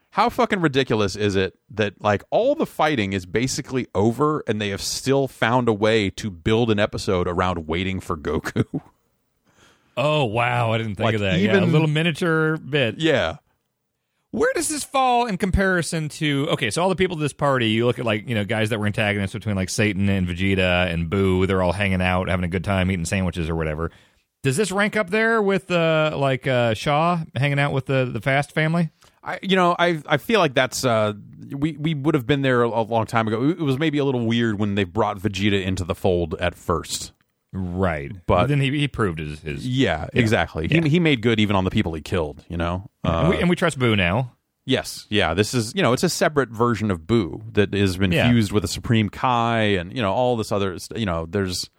how fucking ridiculous is it that like all the fighting is basically over, and they have still found a way to build an episode around waiting for Goku? Oh wow, I didn't think Like, of that. yeah, a even- little miniature bit. yeah. Where does this fall in comparison to? Okay, so all the people at this party, you look at like you know guys that were antagonists between like Satan and Vegeta and Boo. They're all hanging out, having a good time, eating sandwiches or whatever. Does this rank up there with uh, like uh, Shaw hanging out with the the Fast family? I, you know, I I feel like that's uh, we we would have been there a long time ago. It was maybe a little weird when they brought Vegeta into the fold at first. Right, But- then he he proved his his. Yeah, exactly. He he made good even on the people he killed. You know. and, Uh, we, and we trust Boo now. yes. Yeah. This is you know it's a separate version of Boo that has been Yeah. fused with a Supreme Kai and you know all this other st- you know there's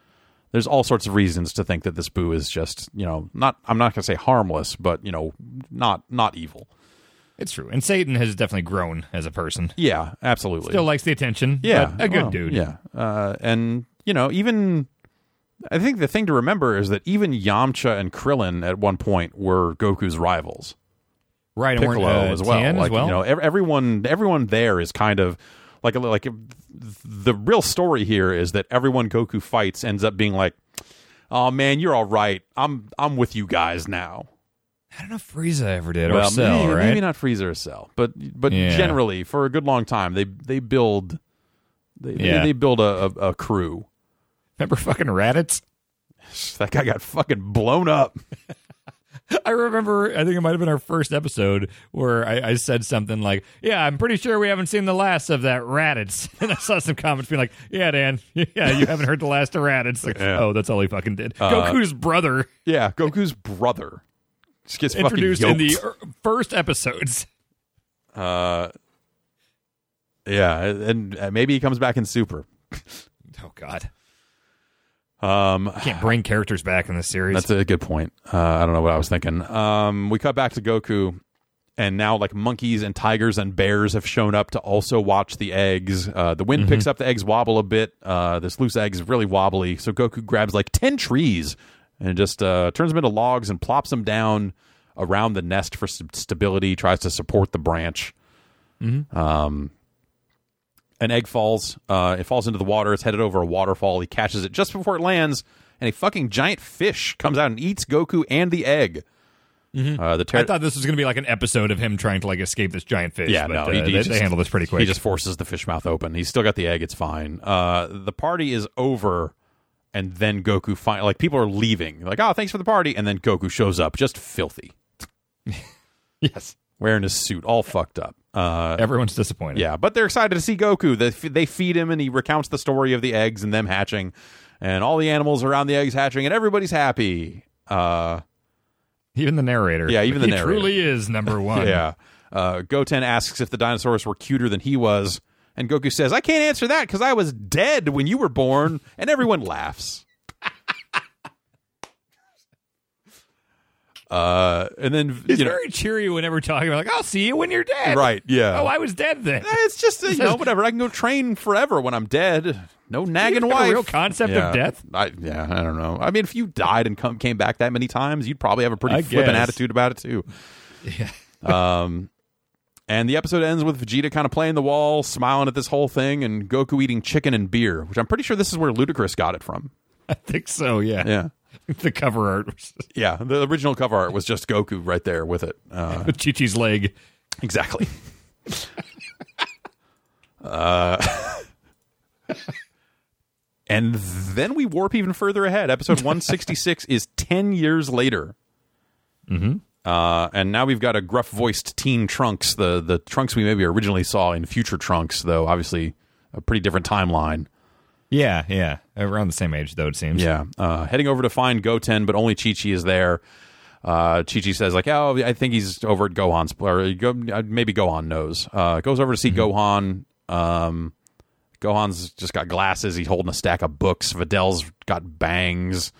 there's all sorts of reasons to think that this Boo is just you know not I'm not gonna say harmless but you know not not evil. It's true, and Satan has definitely grown as a person. Yeah, absolutely. Still likes the attention. Yeah, but a good well, dude. Yeah, uh, and you know, even I think the thing to remember is that even Yamcha and Krillin at one point were Goku's rivals. right. And Piccolo weren't, uh, as well. Tien like as well. you know, ev- everyone everyone there is kind of like a- like the real story here is that everyone Goku fights ends up being like, "Oh man, you're all right. I'm I'm with you guys now." I don't know if Frieza ever did or Well, Cell, maybe, right? maybe not Freezer or Cell, but but Yeah. generally for a good long time they they build they they- Yeah. they, build a, a, a crew. Remember fucking Raditz? That guy got fucking blown up. I remember, I think it might have been our first episode where I, I said something like, Yeah, I'm pretty sure we haven't seen the last of that Raditz. And I saw some comments being like, Yeah, Dan, yeah, you haven't heard the last of Raditz. Like, Yeah. Uh, Oh, that's all he fucking did. Goku's brother Yeah, Goku's brother just gets fucking introduced in the yoked. er, first episodes. Uh, yeah, and and maybe he comes back in Super. Oh, God. Um, Can't bring characters back in the series. that's a good point. Uh, I don't know what I was thinking. Um, we cut back to Goku, and now like monkeys and tigers and bears have shown up to also watch the eggs. Uh, the wind picks up the eggs wobble a bit. Uh, this loose egg is really wobbly, so Goku grabs like ten trees and just uh, turns them into logs and plops them down around the nest for st- stability. Tries to support the branch. An egg falls. Uh, it falls into the water. It's headed over a waterfall. He catches it just before it lands, and a fucking giant fish comes out and eats Goku and the egg. Uh, the Mm-hmm. I ter- thought this was going to be like an episode of him trying to like escape this giant fish. Yeah, but, no, uh, he- he they, just- they handle this pretty quick. He just forces the fish mouth open. He's still got the egg. It's fine. Uh, the party is over, and then Goku find like people are leaving. Like, oh, thanks for the party, and then Goku shows up, just filthy, yes, wearing his suit, all fucked up. Uh, everyone's disappointed. yeah, but they're excited to see Goku. They, f- they feed him, and he recounts the story of the eggs and them hatching, and all the animals around the eggs hatching, and everybody's happy. Uh, even the narrator. Yeah, even the he narrator. truly is number one. Yeah. Uh, Goten asks if the dinosaurs were cuter than he was, and Goku says, "I can't answer that because I was dead when you were born," and everyone laughs. uh, and then He's you know, very cheery whenever talking about like, I'll see you when you're dead. right? Yeah. Oh, I was dead then. Eh, it's just uh, you know whatever. I can go train forever when I'm dead. No nagging Have wife. a real concept yeah. of death. I, yeah, I don't know. I mean, if you died and come, came back that many times, you'd probably have a pretty I flippant guess. attitude about it too. Yeah. Um, and the episode ends with Vegeta kind of playing the wall, smiling at this whole thing, and Goku eating chicken and beer, which I'm pretty sure this is where Ludacris got it from. I think so. Yeah. Yeah. the cover art was Yeah. The original cover art was just Goku right there with it. Uh, with Chi Chi's leg. exactly. uh, and then we warp even further ahead. Episode 166 is 10 years later. Uh, and now we've got a gruff voiced teen Trunks, the the Trunks we maybe originally saw in future Trunks, though obviously a pretty different timeline. Yeah, yeah. Around the same age though, it seems. Yeah, uh, heading over to find Goten, but only Chi Chi is there. Uh, Chi Chi says like, "Oh, I think he's over at Gohan's, or Go, uh, maybe Gohan knows." Uh, goes over to see Gohan. Um, Gohan's just got glasses. He's holding a stack of books. Videl's got bangs.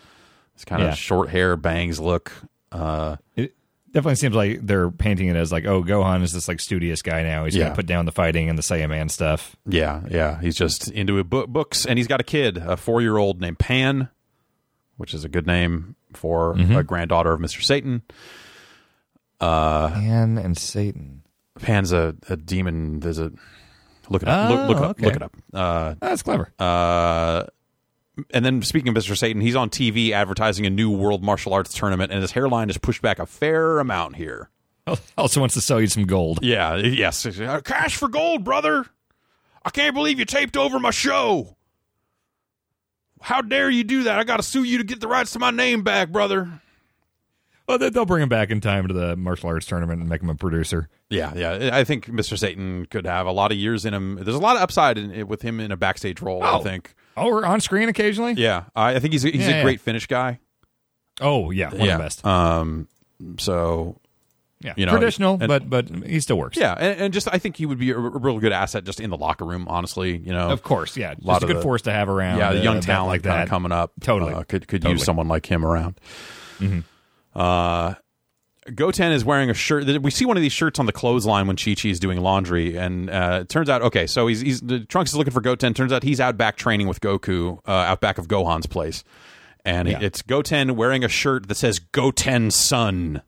It's kind of Yeah. short hair, bangs look. Uh, It definitely seems like they're painting it as like, oh, Gohan is this like studious guy now. He's Yeah. gonna put down the fighting and the Saiyaman stuff. Yeah, yeah. He's just into it, bu- books, and he's got a kid, a four year old named Pan, which is a good name for a granddaughter of Mr. Satan. Uh-huh. Man and Satan. Pan's a, a demon. There's a. Look it up. look, look, it up Oh, okay. look it up. Uh, Oh, that's clever. uh, and then speaking of Mr. Satan, he's on TV advertising a new world martial arts tournament, and his hairline is pushed back a fair amount here. also wants to sell you some gold. Uh-huh. Yeah, yes. Uh, Cash for gold, brother. I can't believe you taped over my show. How dare you do that? I got to sue you to get the rights to my name back, brother. Well, they- they'll bring him back in time to the martial arts tournament and make him a producer. Yeah, yeah. I think Mr. Satan could have a lot of years in him. There's a lot of upside in it with him in a backstage role, I Oh. think. Oh, we're on screen occasionally. Yeah, I, I think he's a, he's Yeah, a yeah. great finish guy. Oh, yeah, one yeah. of the best. Um, so Yeah, you know, traditional, and- but but he still works. yeah, and, and just I think he would be a, a real good asset just in the locker room. Honestly, you know, of course. Yeah, just lot a of good the- force to have around. yeah, the uh, young about talent like kinda that. coming up Totally. uh, could could use Totally. Mm-hmm. someone like him around. Uh, Goten is wearing a shirt. We see one of these shirts on the clothesline when Chi Chi is doing laundry, and uh, it turns out okay. So he's, he's the Trunks is looking for Goten. Turns out he's out back training with Goku, uh, out back of Gohan's place, and Yeah. it's Goten wearing a shirt that says Goten Son.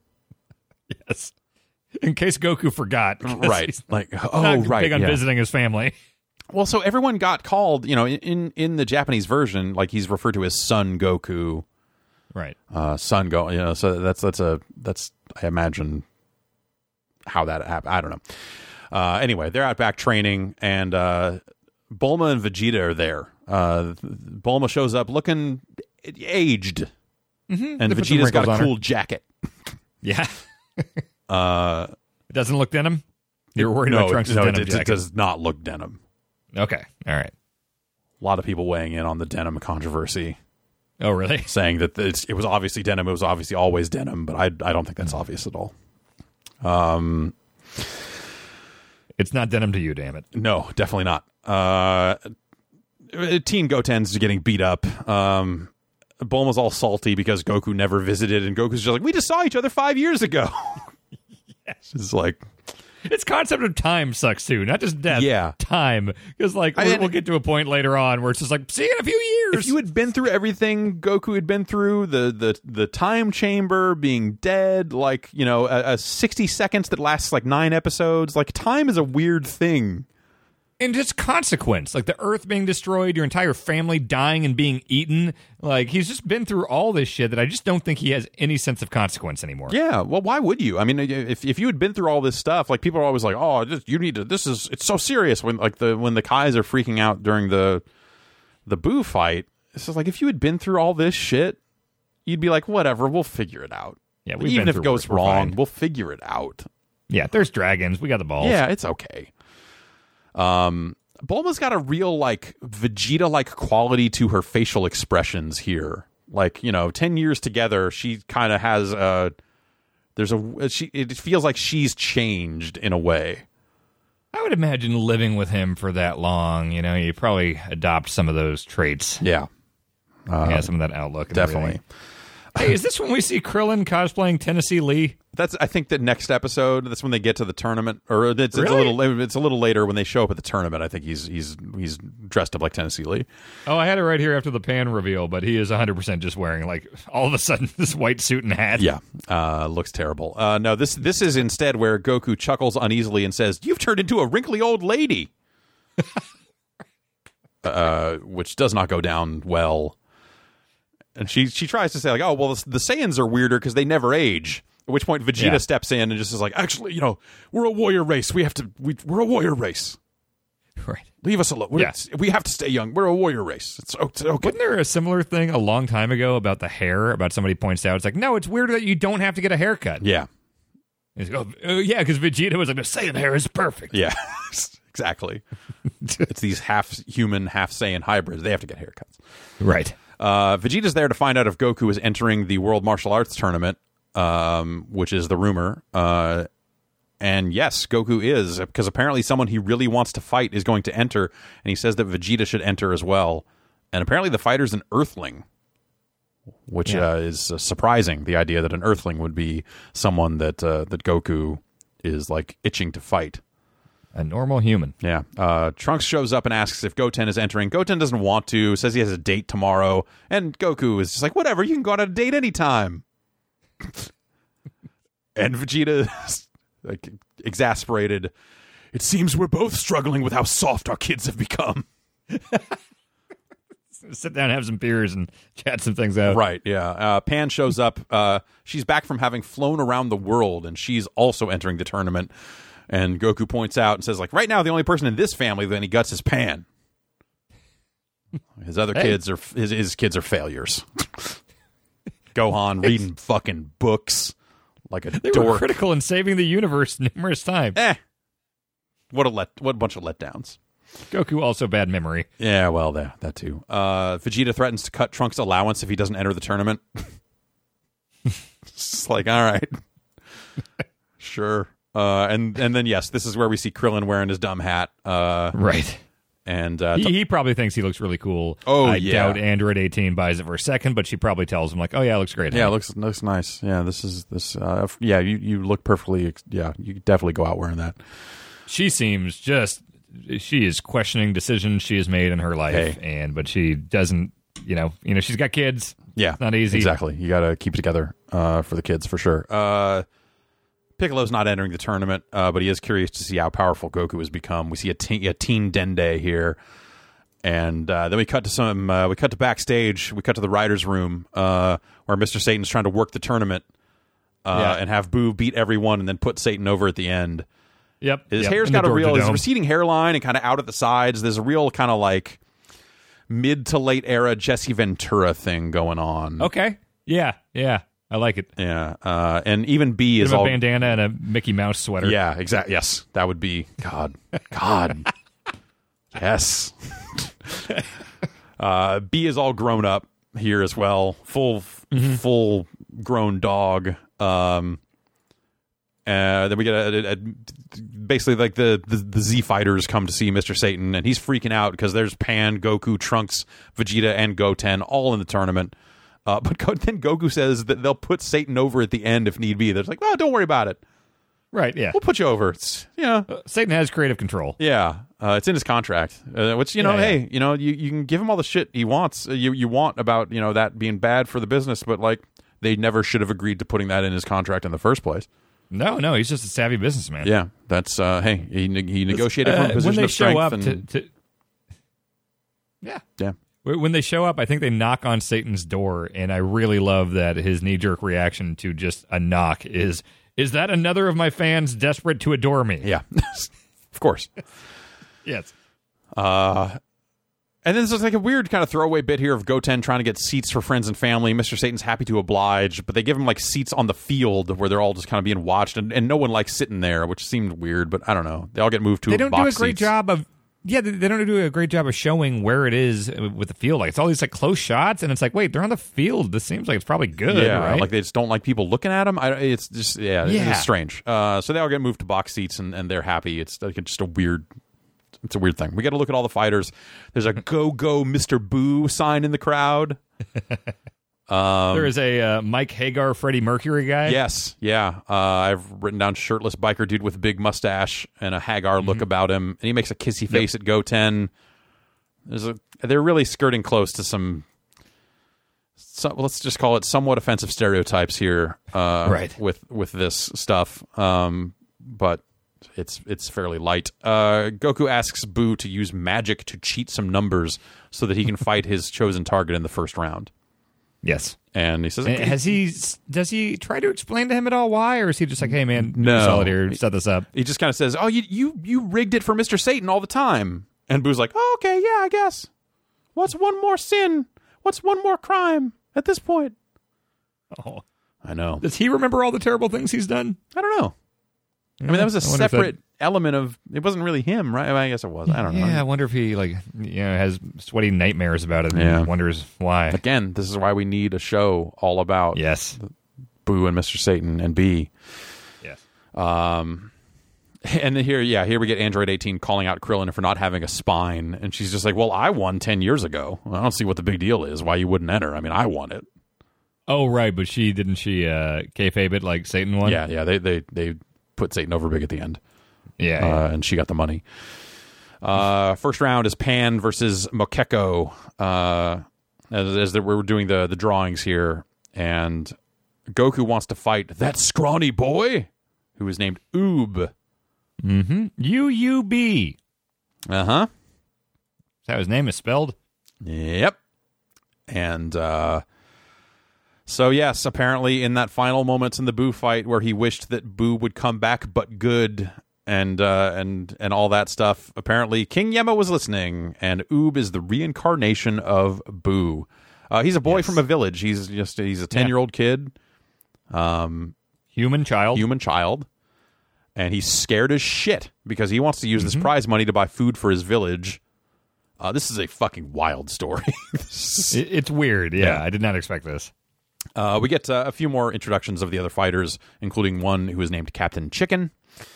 Yes. In case Goku forgot, 'cause Right, he's like not oh right, big on yeah. visiting his family. Well, so everyone got called. You know, in in the Japanese version, like he's referred to as Son Goku. Right. uh, sun go You know, so that's that's a that's I imagine how that happened. I don't know. Uh, anyway, they're out back training, and uh, Bulma and Vegeta are there. Uh, Bulma shows up looking aged, and Mm-hmm. They put some Vegeta's got wrinkles a on her. cool jacket. Yeah. Uh, It doesn't look denim. You're worried no, about Trunks' it, no, it- denim it, jacket. does not look denim. Okay. All right. A lot of people weighing in on the denim controversy, Oh, really? saying that it's, it was obviously denim. It was obviously always denim, but I I don't think that's obvious at all. It's not denim to you, damn it. No, definitely not. Uh, Teen Goten's getting beat up. Um, Bulma's all salty because Goku never visited, and Goku's just like, "We just saw each other five years ago." It's like Its concept of time sucks too, not just death. Yeah. time because like I we- had- we'll get to a point later on where it's just like see you in a few if years. you had been through everything Goku had been through the the the time chamber being dead like you know a, a 60 seconds that lasts like 9 episodes like time is a weird thing and just consequence, like the Earth being destroyed, your entire family dying and being eaten. Like he's just been through all this shit that I just don't think he has any sense of consequence anymore. yeah well why would you I mean if if you had been through all this stuff like people are always like oh just, you need to this is it's so serious when like the when the Kais are freaking out during the the Boo fight it's just like if you had been through all this shit you'd be like whatever we'll figure it out Yeah, we've even been if it through goes worse, we're wrong fine. we'll figure it out Yeah, there's dragons. We got the balls. Yeah, it's okay. Um, Bulma's got a real like Vegeta like quality to her facial expressions here. Like you know, ten years together, she kind of has a. There's a she. It feels like she's changed in a way. I would imagine living with him for that long. You know, you probably adopt some of those traits. Yeah, yeah, some of that outlook. and Uh, definitely. everything. Hey, is this when we see Krillin cosplaying Tennessee Lee? That's I think the next episode. That's when they get to the tournament, or it's, it's a Really? little. It's a little later when they show up at the tournament. I think he's he's he's dressed up like Tennessee Lee. Oh, I had it right here after the pan reveal, but he is 100% just wearing, like, all of a sudden, this white suit and hat. Yeah, uh, looks terrible. Uh, no, this this is instead where Goku chuckles uneasily and says, "You've turned into a wrinkly old lady," uh, which does not go down well. And she she tries to say like, "Oh well, the, the Saiyans are weirder because they never age." At which point Vegeta Yeah. steps in and just is like, "Actually, you know, we're a warrior race. We have to. We, we're a warrior race. Right. Leave us alone. We're, Yeah. We have to stay young. We're a warrior race. It's, o- it's okay." Wasn't there a similar thing a long time ago about the hair? About somebody points out, it's like, no, it's weird that you don't have to get a haircut. Yeah. It's like, oh, uh, yeah, because Vegeta was like, the Saiyan hair is perfect. Yeah, exactly. it's these half human, half Saiyan hybrids. They have to get haircuts. Right. Uh, Vegeta's there to find out if Goku is entering the World Martial Arts Tournament, um, which is the rumor. Uh, and yes, Goku is, because apparently someone he really wants to fight is going to enter, and he says that Vegeta should enter as well. And apparently the fighter's an Earthling, which Yeah. uh, is uh, surprising. The idea that an Earthling would be someone that uh, that Goku is like itching to fight. A normal human. Yeah. Uh, Trunks shows up and asks if Goten is entering. Goten doesn't want to, says he has a date tomorrow. And Goku is just like, whatever, you can go out on a date anytime. and Vegeta is like, exasperated. It seems we're both struggling with how soft our kids have become. Sit down, have some beers, and chat some things out. Right, yeah. Uh, Pan shows up. Uh, she's back from having flown around the world, and she's also entering the tournament. And Goku points out and says, like, right now the only person in this family that he guts is Pan. His other Hey. kids are his, his kids are failures. Gohan reading fucking books like a They were dork. critical in saving the universe numerous times. eh. What a let what a bunch of letdowns. Goku also bad memory. Yeah, well, that that too. Uh, Vegeta threatens to cut Trunks' allowance if he doesn't enter the tournament. it's like, all right, sure. Uh, and and then yes, this is where we see Krillin wearing his dumb hat. Uh, Right. and uh, He, he probably thinks he looks really cool. Oh, I yeah. doubt Android 18 buys it for a second, but she probably tells him like, "Oh yeah, it looks great." yeah, looks looks nice. Yeah, this is this. Uh, f- yeah, you you look perfectly. ex- Yeah, you could definitely go out wearing that. she seems just she is questioning decisions she has made in her life, and but she doesn't. You know, you know, she's got kids. Yeah, Not easy. Exactly. You got to keep it together uh, for the kids for sure. Uh, Piccolo's not entering the tournament, uh, but he is curious to see how powerful Goku has become. We see a teen, a teen Dende here, and uh, then we cut to some. Uh, we cut to backstage. We cut to the writers' room uh, where Mister Satan's trying to work the tournament. Uh, Yeah. And have Boo beat everyone, and then put Satan over at the end. Yep, His yep, hair's in the got a Georgia real, his Dome. receding hairline, and kind of out at the sides. There's a real kind of like mid to late era Jesse Ventura thing going on. okay. Yeah, yeah, I like it. Yeah, uh, and even B is Give him a all. bandana and a Mickey Mouse sweater. Yeah, exactly. Yes, that would be God. God. yes. uh, B is all grown up here as well, full full grown dog. Um, uh, then we get a, a- a- basically like the, the the Z fighters come to see Mister Satan, and he's freaking out because there's Pan, Goku, Trunks, Vegeta, and Goten all in the tournament. Uh, but Go- then Goku says that they'll put Satan over at the end if need be. They're just like, "Well, don't worry about it." Right, yeah. We'll put you over. It's, yeah. Satan has creative control. Yeah, uh, it's in his contract. Uh, which you know, Yeah, yeah. hey, you know, you, you can give him all the shit he wants. uh, You you want about you know that being bad for the business, but like they never should have agreed to putting that in his contract in the first place. No, no, he's just a savvy businessman. Yeah, that's uh, hey, he ne- he negotiated Uh, from a position when they of strength. show up and, to, to yeah yeah, Wh- when they show up i think they knock on satan's door and i really love that his knee-jerk reaction to just a knock is is that another of my fans desperate to adore me yeah, of course. yes Uh, and then there's like a weird kind of throwaway bit here of Goten trying to get seats for friends and family. Mr. Satan's happy to oblige, but they give him like seats on the field where they're all just kind of being watched, and, and no one likes sitting there, which seemed weird, but I don't know. They all get moved to they don't do a box great seats. job of yeah they, they don't do a great job of showing where it is uh, with the field like it's all these like close shots and it's like wait they're on the field this seems like it's probably good Yeah, right? like they just don't like people looking at them. I, it's just yeah, it's Yeah. just strange. Uh, so they all get moved to box seats and, and they're happy. It's like just a weird. It's a weird thing. We got to look at all the fighters. There's a go go Mr. Boo sign in the crowd. there is a uh, mike hagar freddie mercury guy Yes, um, yeah. Uh, I've written down shirtless biker dude with a big mustache and a Hagar Mm-hmm. look about him, and he makes a kissy face at Goten. There's a they're really skirting close to some. some let's just call it somewhat offensive stereotypes here, uh, Right. With with this stuff, um, but it's it's fairly light. Uh, Goku asks Boo to use magic to cheat some numbers so that he can fight his chosen target in the first round, yes and he says, And Has he? Does he try to explain to him at all why, or is he just like, "Hey, man, No. no. solid here, set this up." he just kind of says, "Oh, you you you rigged it for Mister Satan all the time." And Boo's like, "Oh, okay, yeah, I guess. What's one more sin? What's one more crime at this point?" Oh. I know. Does he remember all the terrible things he's done? I don't know. I mean, that was a I wonder if that- separate element of. It wasn't really him, right? I, mean, I guess it was. I don't Yeah, I know. wonder if he like, you know, has sweaty nightmares about it. and Yeah. wonders why. Again, this is why we need a show all about Yes, Boo and Mister Satan and B. yes. And then here, yeah, here we get Android 18 calling out Krillin for not having a spine, and she's just like, "Well, I won ten years ago. I don't see what the big deal is. Why you wouldn't enter? I mean, I won it." Oh, right, but she didn't she uh kayfabe it like Satan one. Yeah, yeah. They they they put Satan over big at the end, yeah. uh, and she got the money. Uh, first round is Pan versus Mokeko. Uh, as, as that we're doing the the drawings here, and Goku wants to fight that scrawny boy who is named Oob. U U B. Uh huh. Is that how his name is spelled? Yep. And uh so yes, apparently in that final moments in the Boo fight where he wished that Boo would come back but good and uh and and all that stuff, apparently King Yemma was listening and Oob is the reincarnation of Boo. Uh, he's a boy from a village. He's just he's a 10-year-old kid, Human child. human child. And he's scared as shit because he wants to use this prize money to buy food for his village. Uh, this is a fucking wild story. It- it's weird. Yeah, Yeah. I did not expect this. Uh, we get uh, a few more introductions of the other fighters, including one who is named Captain Chicken.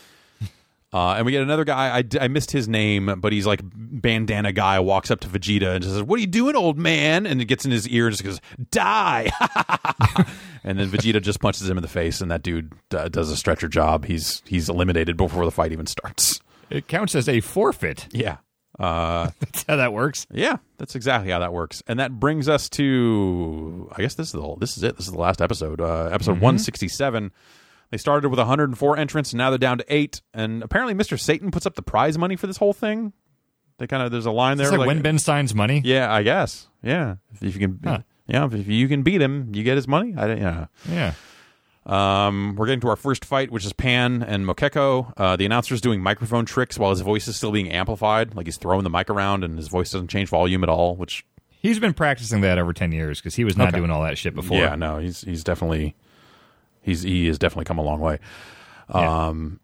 Uh, and we get another guy. I, d- I missed his name, but he's like bandana guy walks up to Vegeta and says, "What are you doing, old man?" And it gets in his ear and just goes, "Die!" and then Vegeta just punches him in the face, and that dude uh, does a stretcher job. He's he's eliminated before the fight even starts. It counts as a forfeit. Yeah, uh, That's how that works. yeah, that's exactly how that works. And that brings us to I guess this is the whole, this is it. This is the last episode. Uh, episode Mm-hmm. 167. They started with 104 entrants and now they're down to 8 and apparently Mr. Satan puts up the prize money for this whole thing. They kind of there's a line there It's like, when Ben signs money. Yeah, I guess. Yeah. If, if you can Huh. Yeah, if you can beat him, you get his money. I don't yeah. yeah. Um, we're getting to our first fight, which is Pan and Mokeko. Uh, the announcer's doing microphone tricks while his voice is still being amplified, like he's throwing the mic around and his voice doesn't change volume at all, which He's been practicing that over ten years because he was not Okay. doing all that shit before. Yeah, no, he's he's definitely he's he has definitely come a long way. Yeah. Um,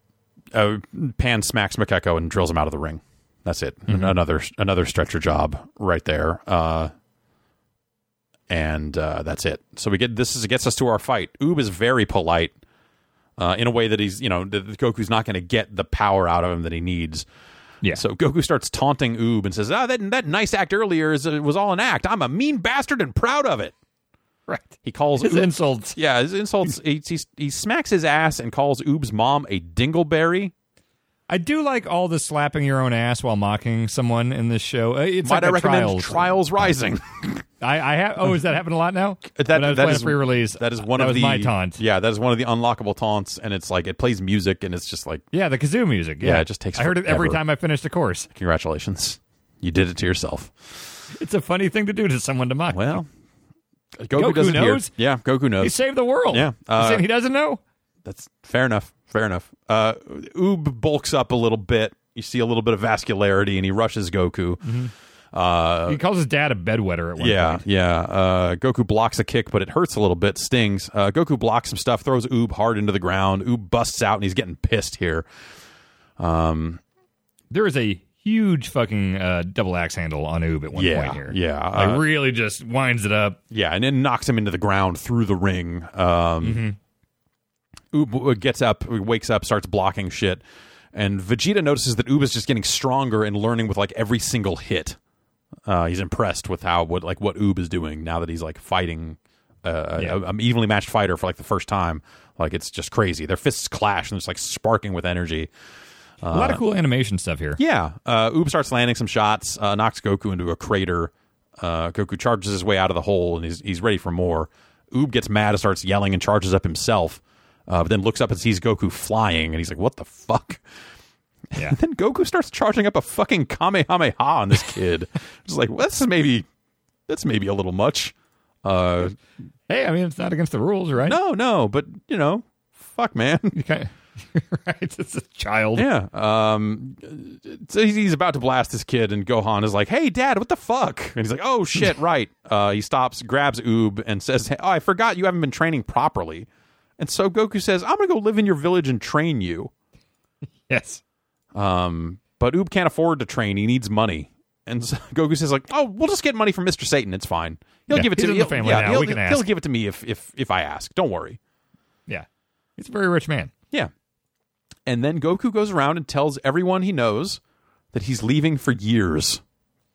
uh, Pan smacks Makeko and drills him out of the ring. That's it. Another another stretcher job right there. Uh, and uh, that's it. So we get this is gets us to our fight. Oob is very polite. Uh, in a way that he's, you know, that Goku's not going to get the power out of him that he needs. Yeah. So Goku starts taunting Oob and says, "Ah, that that nice act earlier is, was all an act. I'm a mean bastard and proud of it." right. He calls His Oob- insults. yeah his insults. He, he he smacks his ass and calls Oob's mom a dingleberry. I do like all the slapping your own ass while mocking someone in this show. Uh, It's Might like I the recommend trials. Trials, Rising? I, I have. Oh, is that happening a lot now? That- when I was that playing is- a pre-release. That is one that of was the my taunt. Yeah, that is one of the unlockable taunts, and it's like it plays music, and it's just like Yeah, the kazoo music. Yeah. Yeah, it just takes I heard it every forever. time I finished a course. congratulations, you did it to yourself. It's a funny thing to do to someone to mock. Well, Goku, Goku doesn't knows? hear. Yeah, Goku He knows. saved the world. Yeah, You uh, saying he doesn't know. That's fair enough. Fair enough. Uh, Oob bulks up a little bit. You see a little bit of vascularity, and he rushes Goku. Uh, he calls his dad a bedwetter at one yeah, point. yeah. Uh, Goku blocks a kick, but it hurts a little bit, stings. Uh, Goku blocks some stuff, throws Oob hard into the ground. Oob busts out, and he's getting pissed here. There is a huge fucking uh, double axe handle on Oob at one Yeah, point here. yeah, Like, uh, really just winds it up. Yeah, and then knocks him into the ground through the ring. Um, Oob uh, gets up, wakes up, starts blocking shit, and Vegeta notices that Oob is just getting stronger and learning with like every single hit. Uh, he's impressed with how what like what Oob is doing now that he's like fighting uh, Yeah. a, an evenly matched fighter for like the first time. Like it's just crazy. Their fists clash and it's like sparking with energy. a lot of cool animation stuff here. uh, Yeah. Uh, Oob starts landing some shots, uh, knocks Goku into a crater. Uh, Goku charges his way out of the hole and he's, he's ready for more. Oob gets mad and starts yelling and charges up himself, uh, but then looks up and sees Goku flying and he's like, what the fuck? Yeah. And then Goku starts charging up a fucking Kamehameha on this kid. Just like, well, this is maybe, that's maybe a little much. Uh, Hey, I mean, it's not against the rules, right? no, no, but you know, fuck, man. You kind of, right? It's a child. Yeah. Um, so he's- he's about to blast this kid, and Gohan is like, "Hey, Dad, what the fuck?" And he's like, "Oh shit, right." Uh, he stops, grabs Oob, and says, "Hey, "Oh, I forgot you haven't been training properly." And so Goku says, "I'm gonna go live in your village and train you." Yes. Um, but Oob can't afford to train; he needs money. And so Goku says, "Like, oh, we'll just get money from Mister Satan. It's fine. He'll Yeah, give it he's to in me. the He'll- family yeah, now. he'll- We can ask." he'll give it to me if if if I ask. Don't worry." Yeah. He's a very rich man. Yeah. And then Goku goes around and tells everyone he knows that he's leaving for years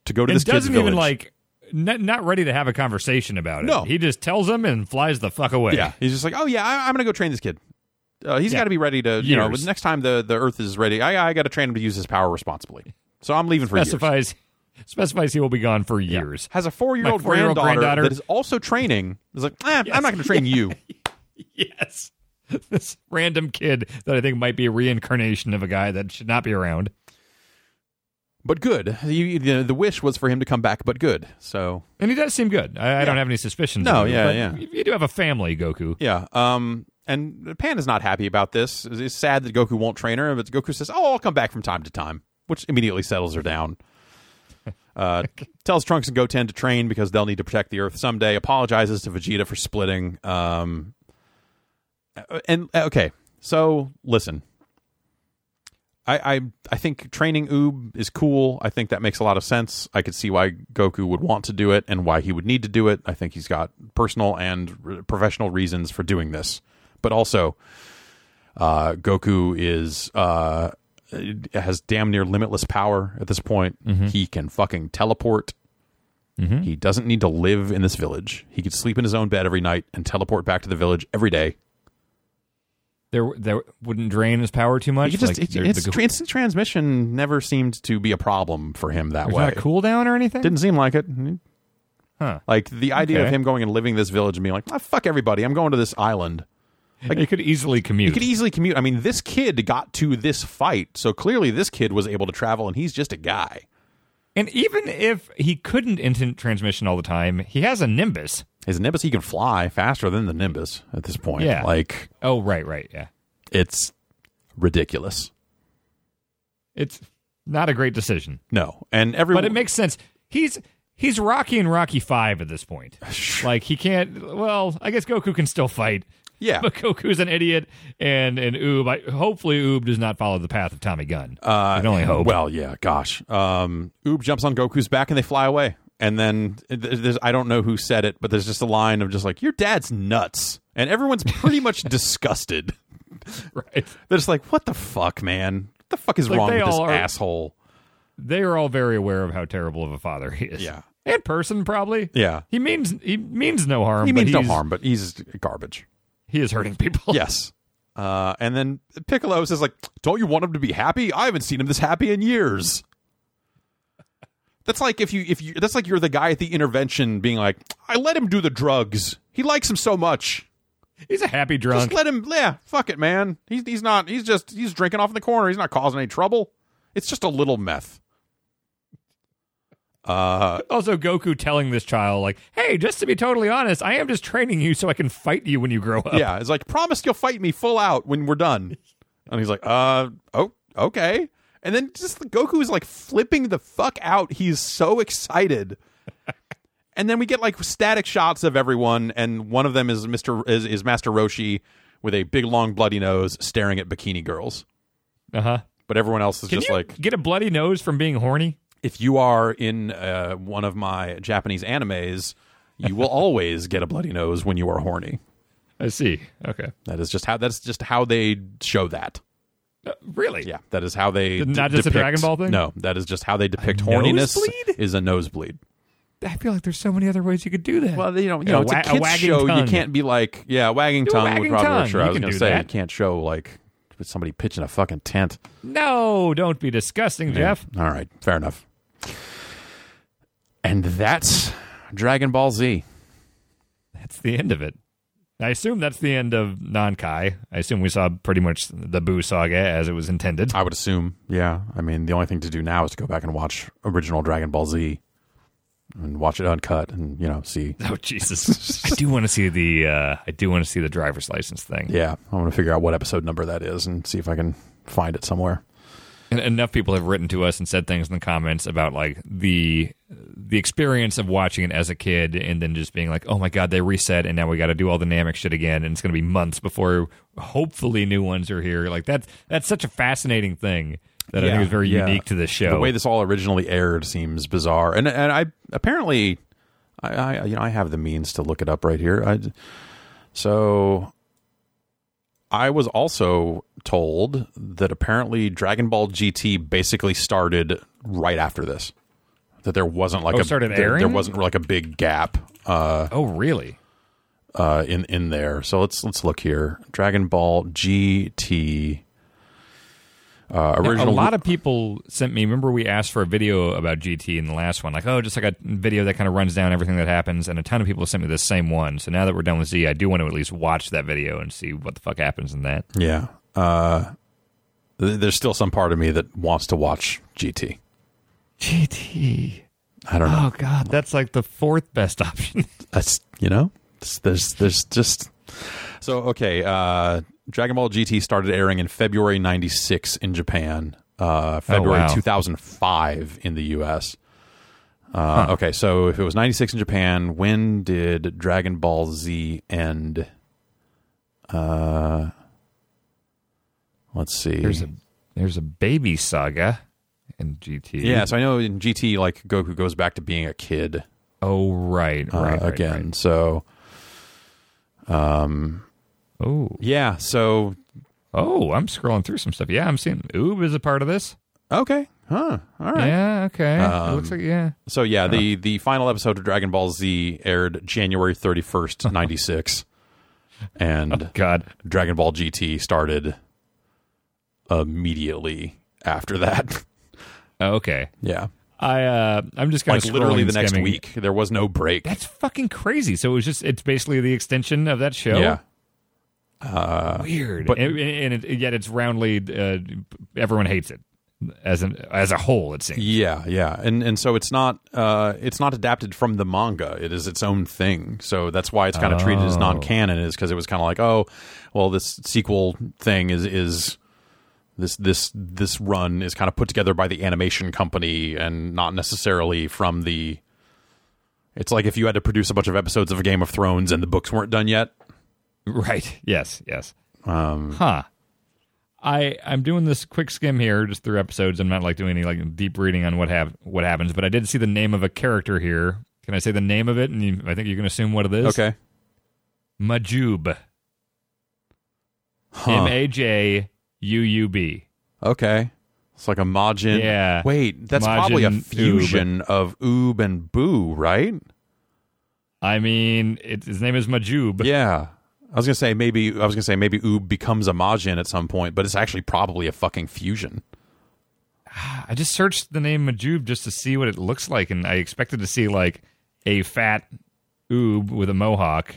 to go to And this kid's doesn't village. even like not, not ready to have a conversation about it. No. He just tells him and flies the fuck away. yeah, he's just like, oh yeah, I, I'm gonna go train this kid. Uh, he's Yeah. got to be ready to, you know, Years. next time the, the Earth is ready, I, I got to train him to use his power responsibly. So I'm leaving for years. Specifies specifies he will be gone for years. Has a four year old My four-year-old granddaughter, granddaughter. that is also training. Is like, eh, I'm not going to train you. Yes. This random kid that I think might be a reincarnation of a guy that should not be around. But good. You, you know, the wish was for him to come back, but good. So And he does seem good. I, I don't have any suspicions. No, of him, yeah, but yeah. You, you do have a family, Goku. Yeah. Um. And Pan is not happy about this. It's sad that Goku won't train her, but Goku says, "Oh, I'll come back from time to time," which immediately settles her down. Uh, tells Trunks and Goten to train because they'll need to protect the Earth someday. Apologizes to Vegeta for splitting. Um. uh, And okay, so listen. I, I I think training Oob is cool. I think that makes a lot of sense. I could see why Goku would want to do it and why he would need to do it. I think he's got personal and r- professional reasons for doing this. But also, uh, Goku is uh, has damn near limitless power at this point. He can fucking teleport. He doesn't need to live in this village. He could sleep in his own bed every night and teleport back to the village every day. There, there wouldn't drain his power too much. He just Like, it- there- it's, the, tr- instant transmission never seemed to be a problem for him that there's way. not a cooldown or anything. Didn't seem like it. Huh. Like the idea of Okay. him going and living in this village and being like, "Ah, "Fuck everybody, I'm going to this island." Like, he could easily commute. He could easily commute. I mean, this kid got to this fight, so clearly this kid was able to travel, and he's just a guy. and even if he couldn't instant transmission all the time, he has a Nimbus. His Nimbus, he can fly faster than the Nimbus at this point. Yeah. Like Oh, right, right, yeah. it's ridiculous. It's not a great decision, No, and everyone. but it makes sense. He's he's Rocky and Rocky Five at this point. like he can't. Well, I guess Goku can still fight, yeah. but Goku's an idiot, and and Oob. I, hopefully, Oob does not follow the path of Tommy Gunn. Uh, I can only hope. Well, yeah, gosh. Um, Oob jumps on Goku's back and they fly away. And then th- there's, I don't know who said it, but there's just a line of just like, your dad's nuts. And everyone's pretty much disgusted. right. They're just like, what the fuck, man? What the fuck is Like, wrong they with this all are- asshole? They are all very aware of how terrible of a father he is. Yeah. and person probably. Yeah. He means he means no harm. He but means no he's- harm, but he's garbage. He is hurting people. Yes. Uh, and then Piccolo says, like, don't you want him to be happy? I haven't seen him this happy in years. That's like if you if you that's like you're the guy at the intervention being like, I let him do the drugs. He likes him so much. He's a happy Just drunk. let him yeah, fuck it, man. He's he's not he's just he's drinking off in the corner. He's not causing any trouble. It's just a little meth. Uh also, Goku telling this child, like, hey, just to be totally honest, I am just training you so I can fight you when you grow up. yeah, it's like promise you'll fight me full out when we're done. And he's like, uh, oh, okay. And then just the Goku is like flipping the fuck out. He's so excited. and then we get like static shots of everyone, and one of them is Mr. is, is Master Roshi with a big long bloody nose staring at bikini girls. Uh huh. But everyone else is Can just you like, get a bloody nose from being horny? if you are in uh, one of my Japanese animes, you will always get a bloody nose when you are horny. I see. Okay. That is just how that's just how they show that. Uh, really? Yeah, that is how they Not just a depict- Dragon Ball thing? No, that is just how they depict horniness nosebleed? is a nosebleed. I feel like there's so many other ways you could do that. Well, you know, you Yeah, know, a it's wa- a a kids wagging show. You tongue. can't be like, yeah, wagging a tongue wagging would probably tongue. work. Sure, I You was can going to do say that. you can't show like with somebody pitching a fucking tent. no, don't be disgusting, Jeff. All right, fair enough. And that's Dragon Ball Z. That's the end of it. I assume that's the end of Nankai. I assume we saw pretty much the Boo saga as it was intended. I would assume. Yeah, I mean, the only thing to do now is to go back and watch original Dragon Ball Z and watch it uncut, and you know, see. Oh Jesus! I do want to see the uh, I do want to see the driver's license thing. Yeah, I want to figure out what episode number that is and see if I can find it somewhere. And enough people have written to us and said things in the comments about like the the experience of watching it as a kid and then just being like, oh my god, they reset and now we got to do all the Namek shit again, and it's going to be months before hopefully new ones are here. Like that's that's such a fascinating thing that I Yeah, think is very yeah. unique to this show. the way this all originally aired seems bizarre, and and I apparently, I, I you know I have the means to look it up right here. I, so, I was also told that apparently Dragon Ball GT basically started right after this. That there wasn't like Oh, a started there- there airing? wasn't like a big gap uh, oh really? uh, in in there. So let's let's look here. Dragon Ball GT. Uh, original a lot of people sent me. Remember, we asked for a video about GT in the last one, like oh, just like a video that kind of runs down everything that happens, and a ton of people sent me the same one. So now that we're done with Z, I do want to at least watch that video and see what the fuck happens in that. Yeah. Uh, th- there's still some part of me that wants to watch GT. GT. I don't know. Oh god, that's like the fourth best option. That's you know, it's- there's there's just so okay. Uh, Dragon Ball GT started airing in February '96 in Japan, uh, February Oh, wow. 2005 in the U.S. Uh, Okay, so if it was '96 in Japan, when did Dragon Ball Z end? Uh, let's see. there's a there's a baby saga in GT. Yeah, so I know in GT, like Goku goes back to being a kid Oh right, uh, right, right, again. right. So Oh yeah, so oh, I'm scrolling through some stuff. Yeah, I'm seeing Oob is a part of this. okay, huh? All right. Yeah, okay. it looks like yeah. So yeah, the the final episode of Dragon Ball Z aired January thirty first, ninety six, and God, Dragon Ball GT started immediately after that. Oh, okay. yeah, I uh, I'm just kind like of literally the next week, there was no break. That's fucking crazy. So it was just it's basically the extension of that show. yeah, weird. but- But and, and it, yet it's roundly uh, everyone hates it as an as a whole. It seems. Yeah, yeah, and and so it's not uh, it's not adapted from the manga. It is its own thing. So that's why it's kind of treated as Oh. non canon. Is because it was kind of like, oh, well, this sequel thing is is this this this run is kind of put together by the animation company and not necessarily from the. It's like if you had to produce a bunch of episodes of Game of Thrones and the books weren't done yet. Right. Yes. Yes. Um, huh. I I'm doing this quick skim here, just through episodes. I'm not like doing any like deep reading on what hap- what happens, but I did see the name of a character here. Can I say the name of it? And you, I think you can assume what it is. Okay. Majub. Huh. M A J U U B. Okay. It's like a Majin. Yeah. Wait, that's probably a Majin Oob. fusion of Oob and Boo, right? I mean, it, his name is Majub. Yeah. I was gonna say maybe I was gonna say maybe Oob becomes a Majin at some point, but it's actually probably a fucking fusion. I just searched the name Majub just to see what it looks like, and I expected to see like a fat oob with a mohawk,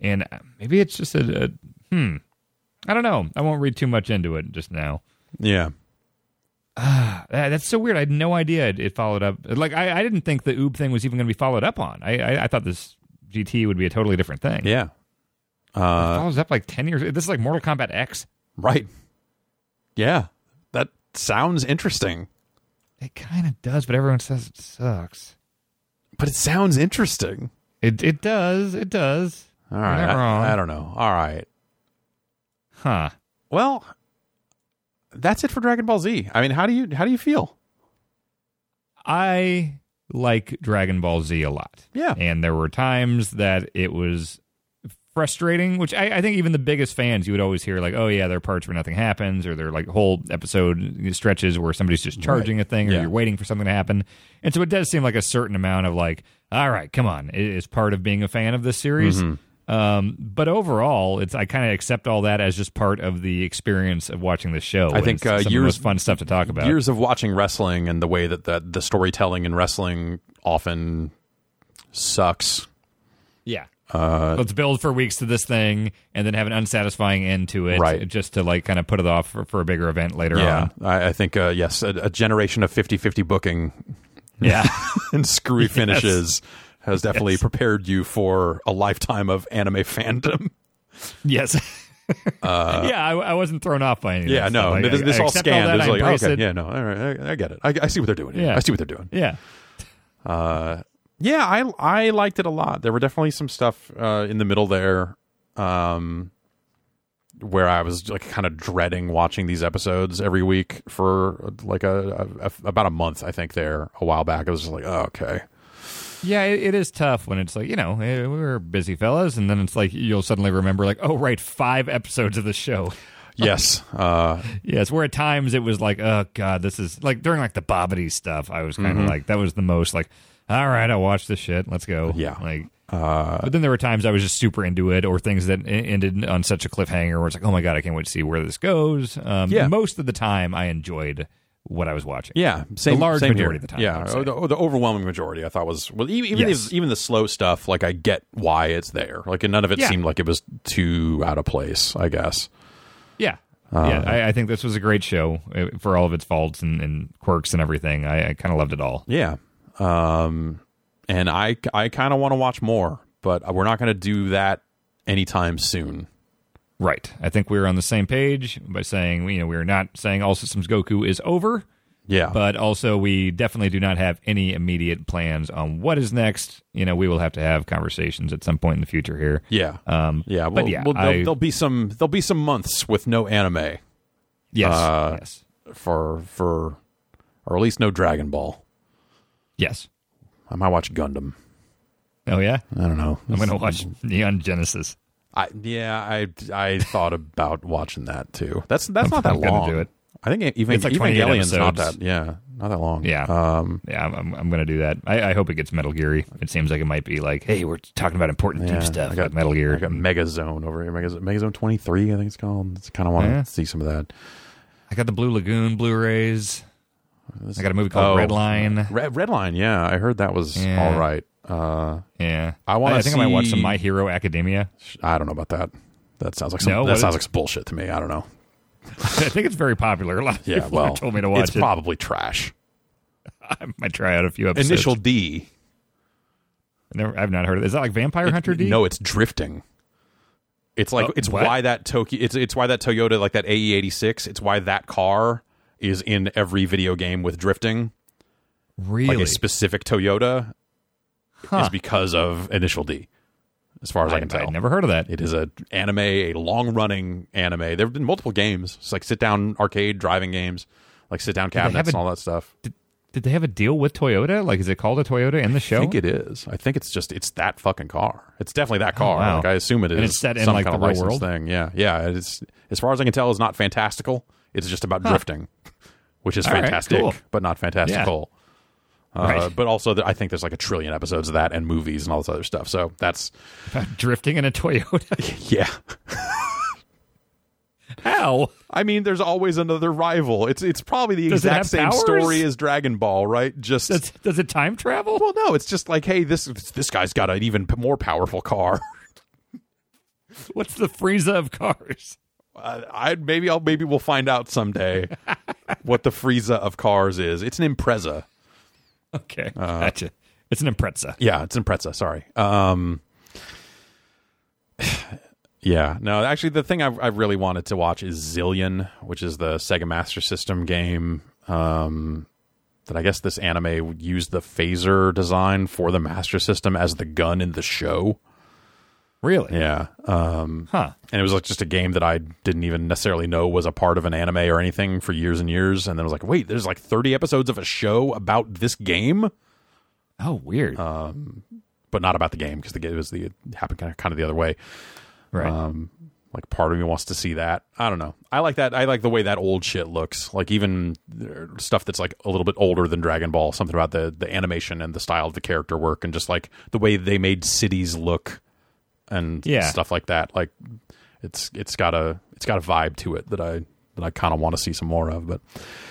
and maybe it's just a, a hmm. I don't know. I won't read too much into it just now. Yeah. Uh, that's so weird. I had no idea it, it followed up. Like I, I didn't think the oob thing was even going to be followed up on. I, I I thought this GT would be a totally different thing. Yeah. It follows up like ten years. This is like Mortal Kombat X. Right. Yeah. That sounds interesting. It kind of does, but everyone says it sucks. But it sounds interesting. It it does. It does. All not right. I- wrong. I don't know. All right. Huh. Well, that's it for Dragon Ball Z. I mean, how do you how do you feel? I like Dragon Ball Z a lot. Yeah. And there were times that it was frustrating, which I, I think even the biggest fans, you would always hear, like, oh, yeah, there are parts where nothing happens, or there are like whole episode stretches where somebody's just charging a thing, or Yeah. you're waiting for something to happen. And so it does seem like a certain amount of, like, all right, come on, it is part of being a fan of this series. Mm-hmm. Um, but overall, it's I kind of accept all that as just part of the experience of watching the show. and think, uh, it's some of the years- most fun stuff to talk about. Years of watching wrestling and the way that the, the storytelling in wrestling often sucks. Yeah. Uh, Let's build for weeks to this thing and then have an unsatisfying end to it. Right. Just to like kind of put it off for, for a bigger event later Yeah, on. I, I think uh, yes, a, a generation of 50-50 booking Yeah. and screwy finishes has definitely prepared you for a lifetime of anime fandom. yes. yeah. I, I wasn't thrown off by anything. Uh, Yeah, no, I, this, this I all accept scanned. that, it's I like embrace okay, it. yeah, no, all right, I, I get it. I, I see what they're doing. Here. Yeah. I see what they're doing. Yeah. Yeah, I I liked it a lot. There were definitely some stuff uh, in the middle there, um, where I was like kind of dreading watching these episodes every week for like a, a- a- about a month. I think there a while back, I was just like, oh, okay, Yeah, it, it is tough when it's like, you know, eh, we were busy fellas. And then it's like, you'll suddenly remember, like, oh, right, five episodes of the show. yes, uh, Yes, where at times it was like, oh god, this is like during like the Bobbity stuff. I was kind of Mm-hmm. like, that was the most like, all right, I'll watch this shit. Let's go. Yeah. Uh, Like, but then there were times I was just super into it, or things that e- ended on such a cliffhanger where it's like, oh my god, I can't wait to see where this goes. Um, Yeah. Most of the time, I enjoyed what I was watching. yeah, same large same majority here. of the time, I Yeah, would oh, say. the, oh, the overwhelming majority, I thought was well, e-, even even, Yes. the, even the slow stuff. Like, I get why it's there. Like, none of it Yeah. seemed like it was too out of place. I guess. Yeah. Uh, yeah, I, I think this was a great show eh, for all of its faults and, and quirks and everything. I, I kind of loved it all. Yeah. Um, and I, I kind of want to watch more, but we're not going to do that anytime soon. Right. I think we were on the same page by saying, you know, we are not saying All Systems Goku is over. Yeah. but also we definitely do not have any immediate plans on what is next. You know, we will have to have conversations at some point in the future here. yeah. Um, yeah. but Well, yeah, well, there'll, I- there'll be some, there'll be some months with no anime Yes, Uh, yes, for, for, or at least no Dragon Ball. yes. I might watch Gundam. Oh yeah, I don't know. I'm gonna watch Neon Genesis. I, yeah, I, I thought about watching that too. That's, that's not that probably gonna long. do it. I think even, It's like 28 Evangelion's not episodes. that, yeah, not that long. Yeah, Um, yeah. I'm- I'm, I'm gonna do that. I, I hope it gets Metal Geary. It seems like it might be like, hey, we're talking about important Yeah, deep stuff. I I got- Metal Gear. I got Mega Zone over here. Mega, Mega Zone 23, I think it's called. It's kind of want to Yeah. see some of that. I got the Blue Lagoon Blu-rays. I got a movie called Oh. Red Line. Red, Redline, yeah, I heard that was Yeah. all right. Uh, Yeah, I wanna I think I might watch some see- My Hero Academia. sh- I don't know about that. That sounds like some, No, that what sounds is- like some bullshit to me. I don't know. I think it's very popular. A lot of Yeah, people well, told me to watch it's it. probably trash. I might try out a few episodes. Initial D. Never, I've not heard of it. Is that like Vampire Hunter D? No, it's drifting. It's like Oh, it's what? why that Tokyo. It's it's why that Toyota like that AE86. It's why that car is in every video game with drifting. really? Like a specific Toyota is because of Initial D. As far as I, I, can I tell, had never heard of that. It is a anime, a long running anime. There have been multiple games. It's like sit down arcade driving games, like sit down have cabinets and a- all that stuff. Did they have a deal with Toyota? Like, is it called a Toyota in the show? I think it is. I think it's just it's that fucking car. It's definitely that car. Oh, wow. Like I assume it is And it's set in, some like, kind the of real license world? thing. Yeah, yeah. It's as far as I can tell, it's not fantastical. It's just about drifting. which is All right, fantastic, cool. but not fantastical. Uh, Right. But also, th- I think there's like a trillion episodes of that and movies and all this other stuff. So that's Drifting in a Toyota. yeah. How? I mean, there's always another rival. It's it's probably the Does it exact have same powers? story as Dragon Ball, right? Just Does, does it time travel? well, no, it's just like hey, this this guy's got an even p- more powerful car. What's the Frieza of cars? Uh, I maybe I'll maybe we'll find out someday what the Frieza of cars is. It's an Impreza. Okay, Uh-huh. gotcha. It's an Impreza. Yeah, it's Impreza. Sorry. Um, yeah, no. Actually, the thing I, I really wanted to watch is Zillion, which is the Sega Master System game. Um, that I guess this anime used the phaser design for the Master System as the gun in the show. Really? Yeah. Um, Huh. and it was like just a game that I didn't even necessarily know was a part of an anime or anything for years and years. And then I was like, wait, there's like 30 episodes of a show about this game, Oh, weird. Uh, but not about the game because the game was the it happened kind of, kind of the other way. right. um, Like part of me wants to see that. I don't know. I like that. I like the way that old shit looks. Like even uh, stuff that's like a little bit older than Dragon Ball. Something about the the animation and the style of the character work and just like the way they made cities look and Yeah. stuff like that. Like it's it's got a it's got a vibe to it that I that I kind of want to see some more of. But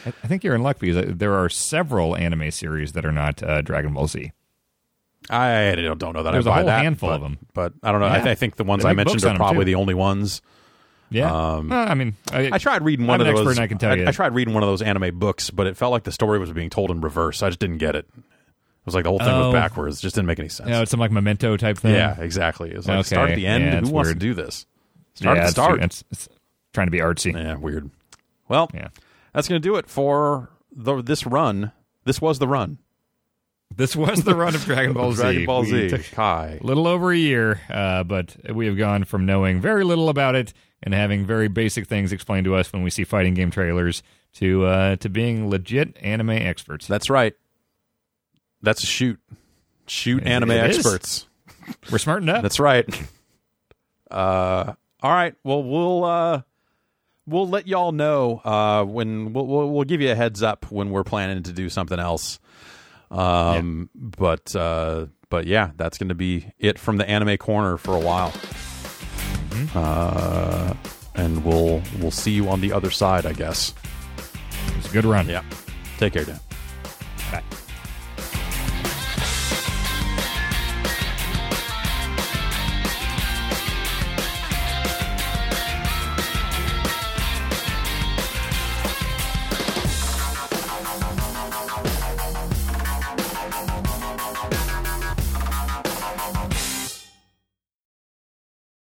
I, I think you're in luck because uh, there are several anime series that are not uh, Dragon Ball Z. I don't, don't know that There's I a buy whole that, handful but, of 'em. But I don't know. I, Yeah. I think the ones They I make mentioned books on are 'em, probably too. the only ones. Yeah. Well, I mean, I, Um, I tried reading one I'm of an those. expert and I can tell you. I tried reading one of those anime books, but it felt like the story was being told in reverse. I just didn't get it. It was like the whole thing Oh. was backwards. It just didn't make any sense. you know, it's some like memento type thing. yeah, exactly. It was like Okay. start at the end. Yeah, Who it's wants weird. to do this? Start yeah, at the it's- start. It's, it's trying to be artsy. yeah, weird. Well, Yeah. that's gonna do it for the, this run. This was the run. This was the run of Dragon Ball Z. Dragon Ball We Z. took Kai. a little over a year, uh, but we have gone from knowing very little about it and having very basic things explained to us when we see fighting game trailers to uh, to being legit anime experts. That's right. That's a shoot. Shoot It- anime it is. experts. We're smarting up. That's right. Uh, all right. Well, we'll uh, we'll let y'all know uh, when we'll, we'll we'll give you a heads up when we're planning to do something else. Um, but uh, but yeah, that's going to be it from the anime corner for a while. Uh, and we'll we'll see you on the other side, I guess. It's a good run. Yeah. Take care, Dan. Bye.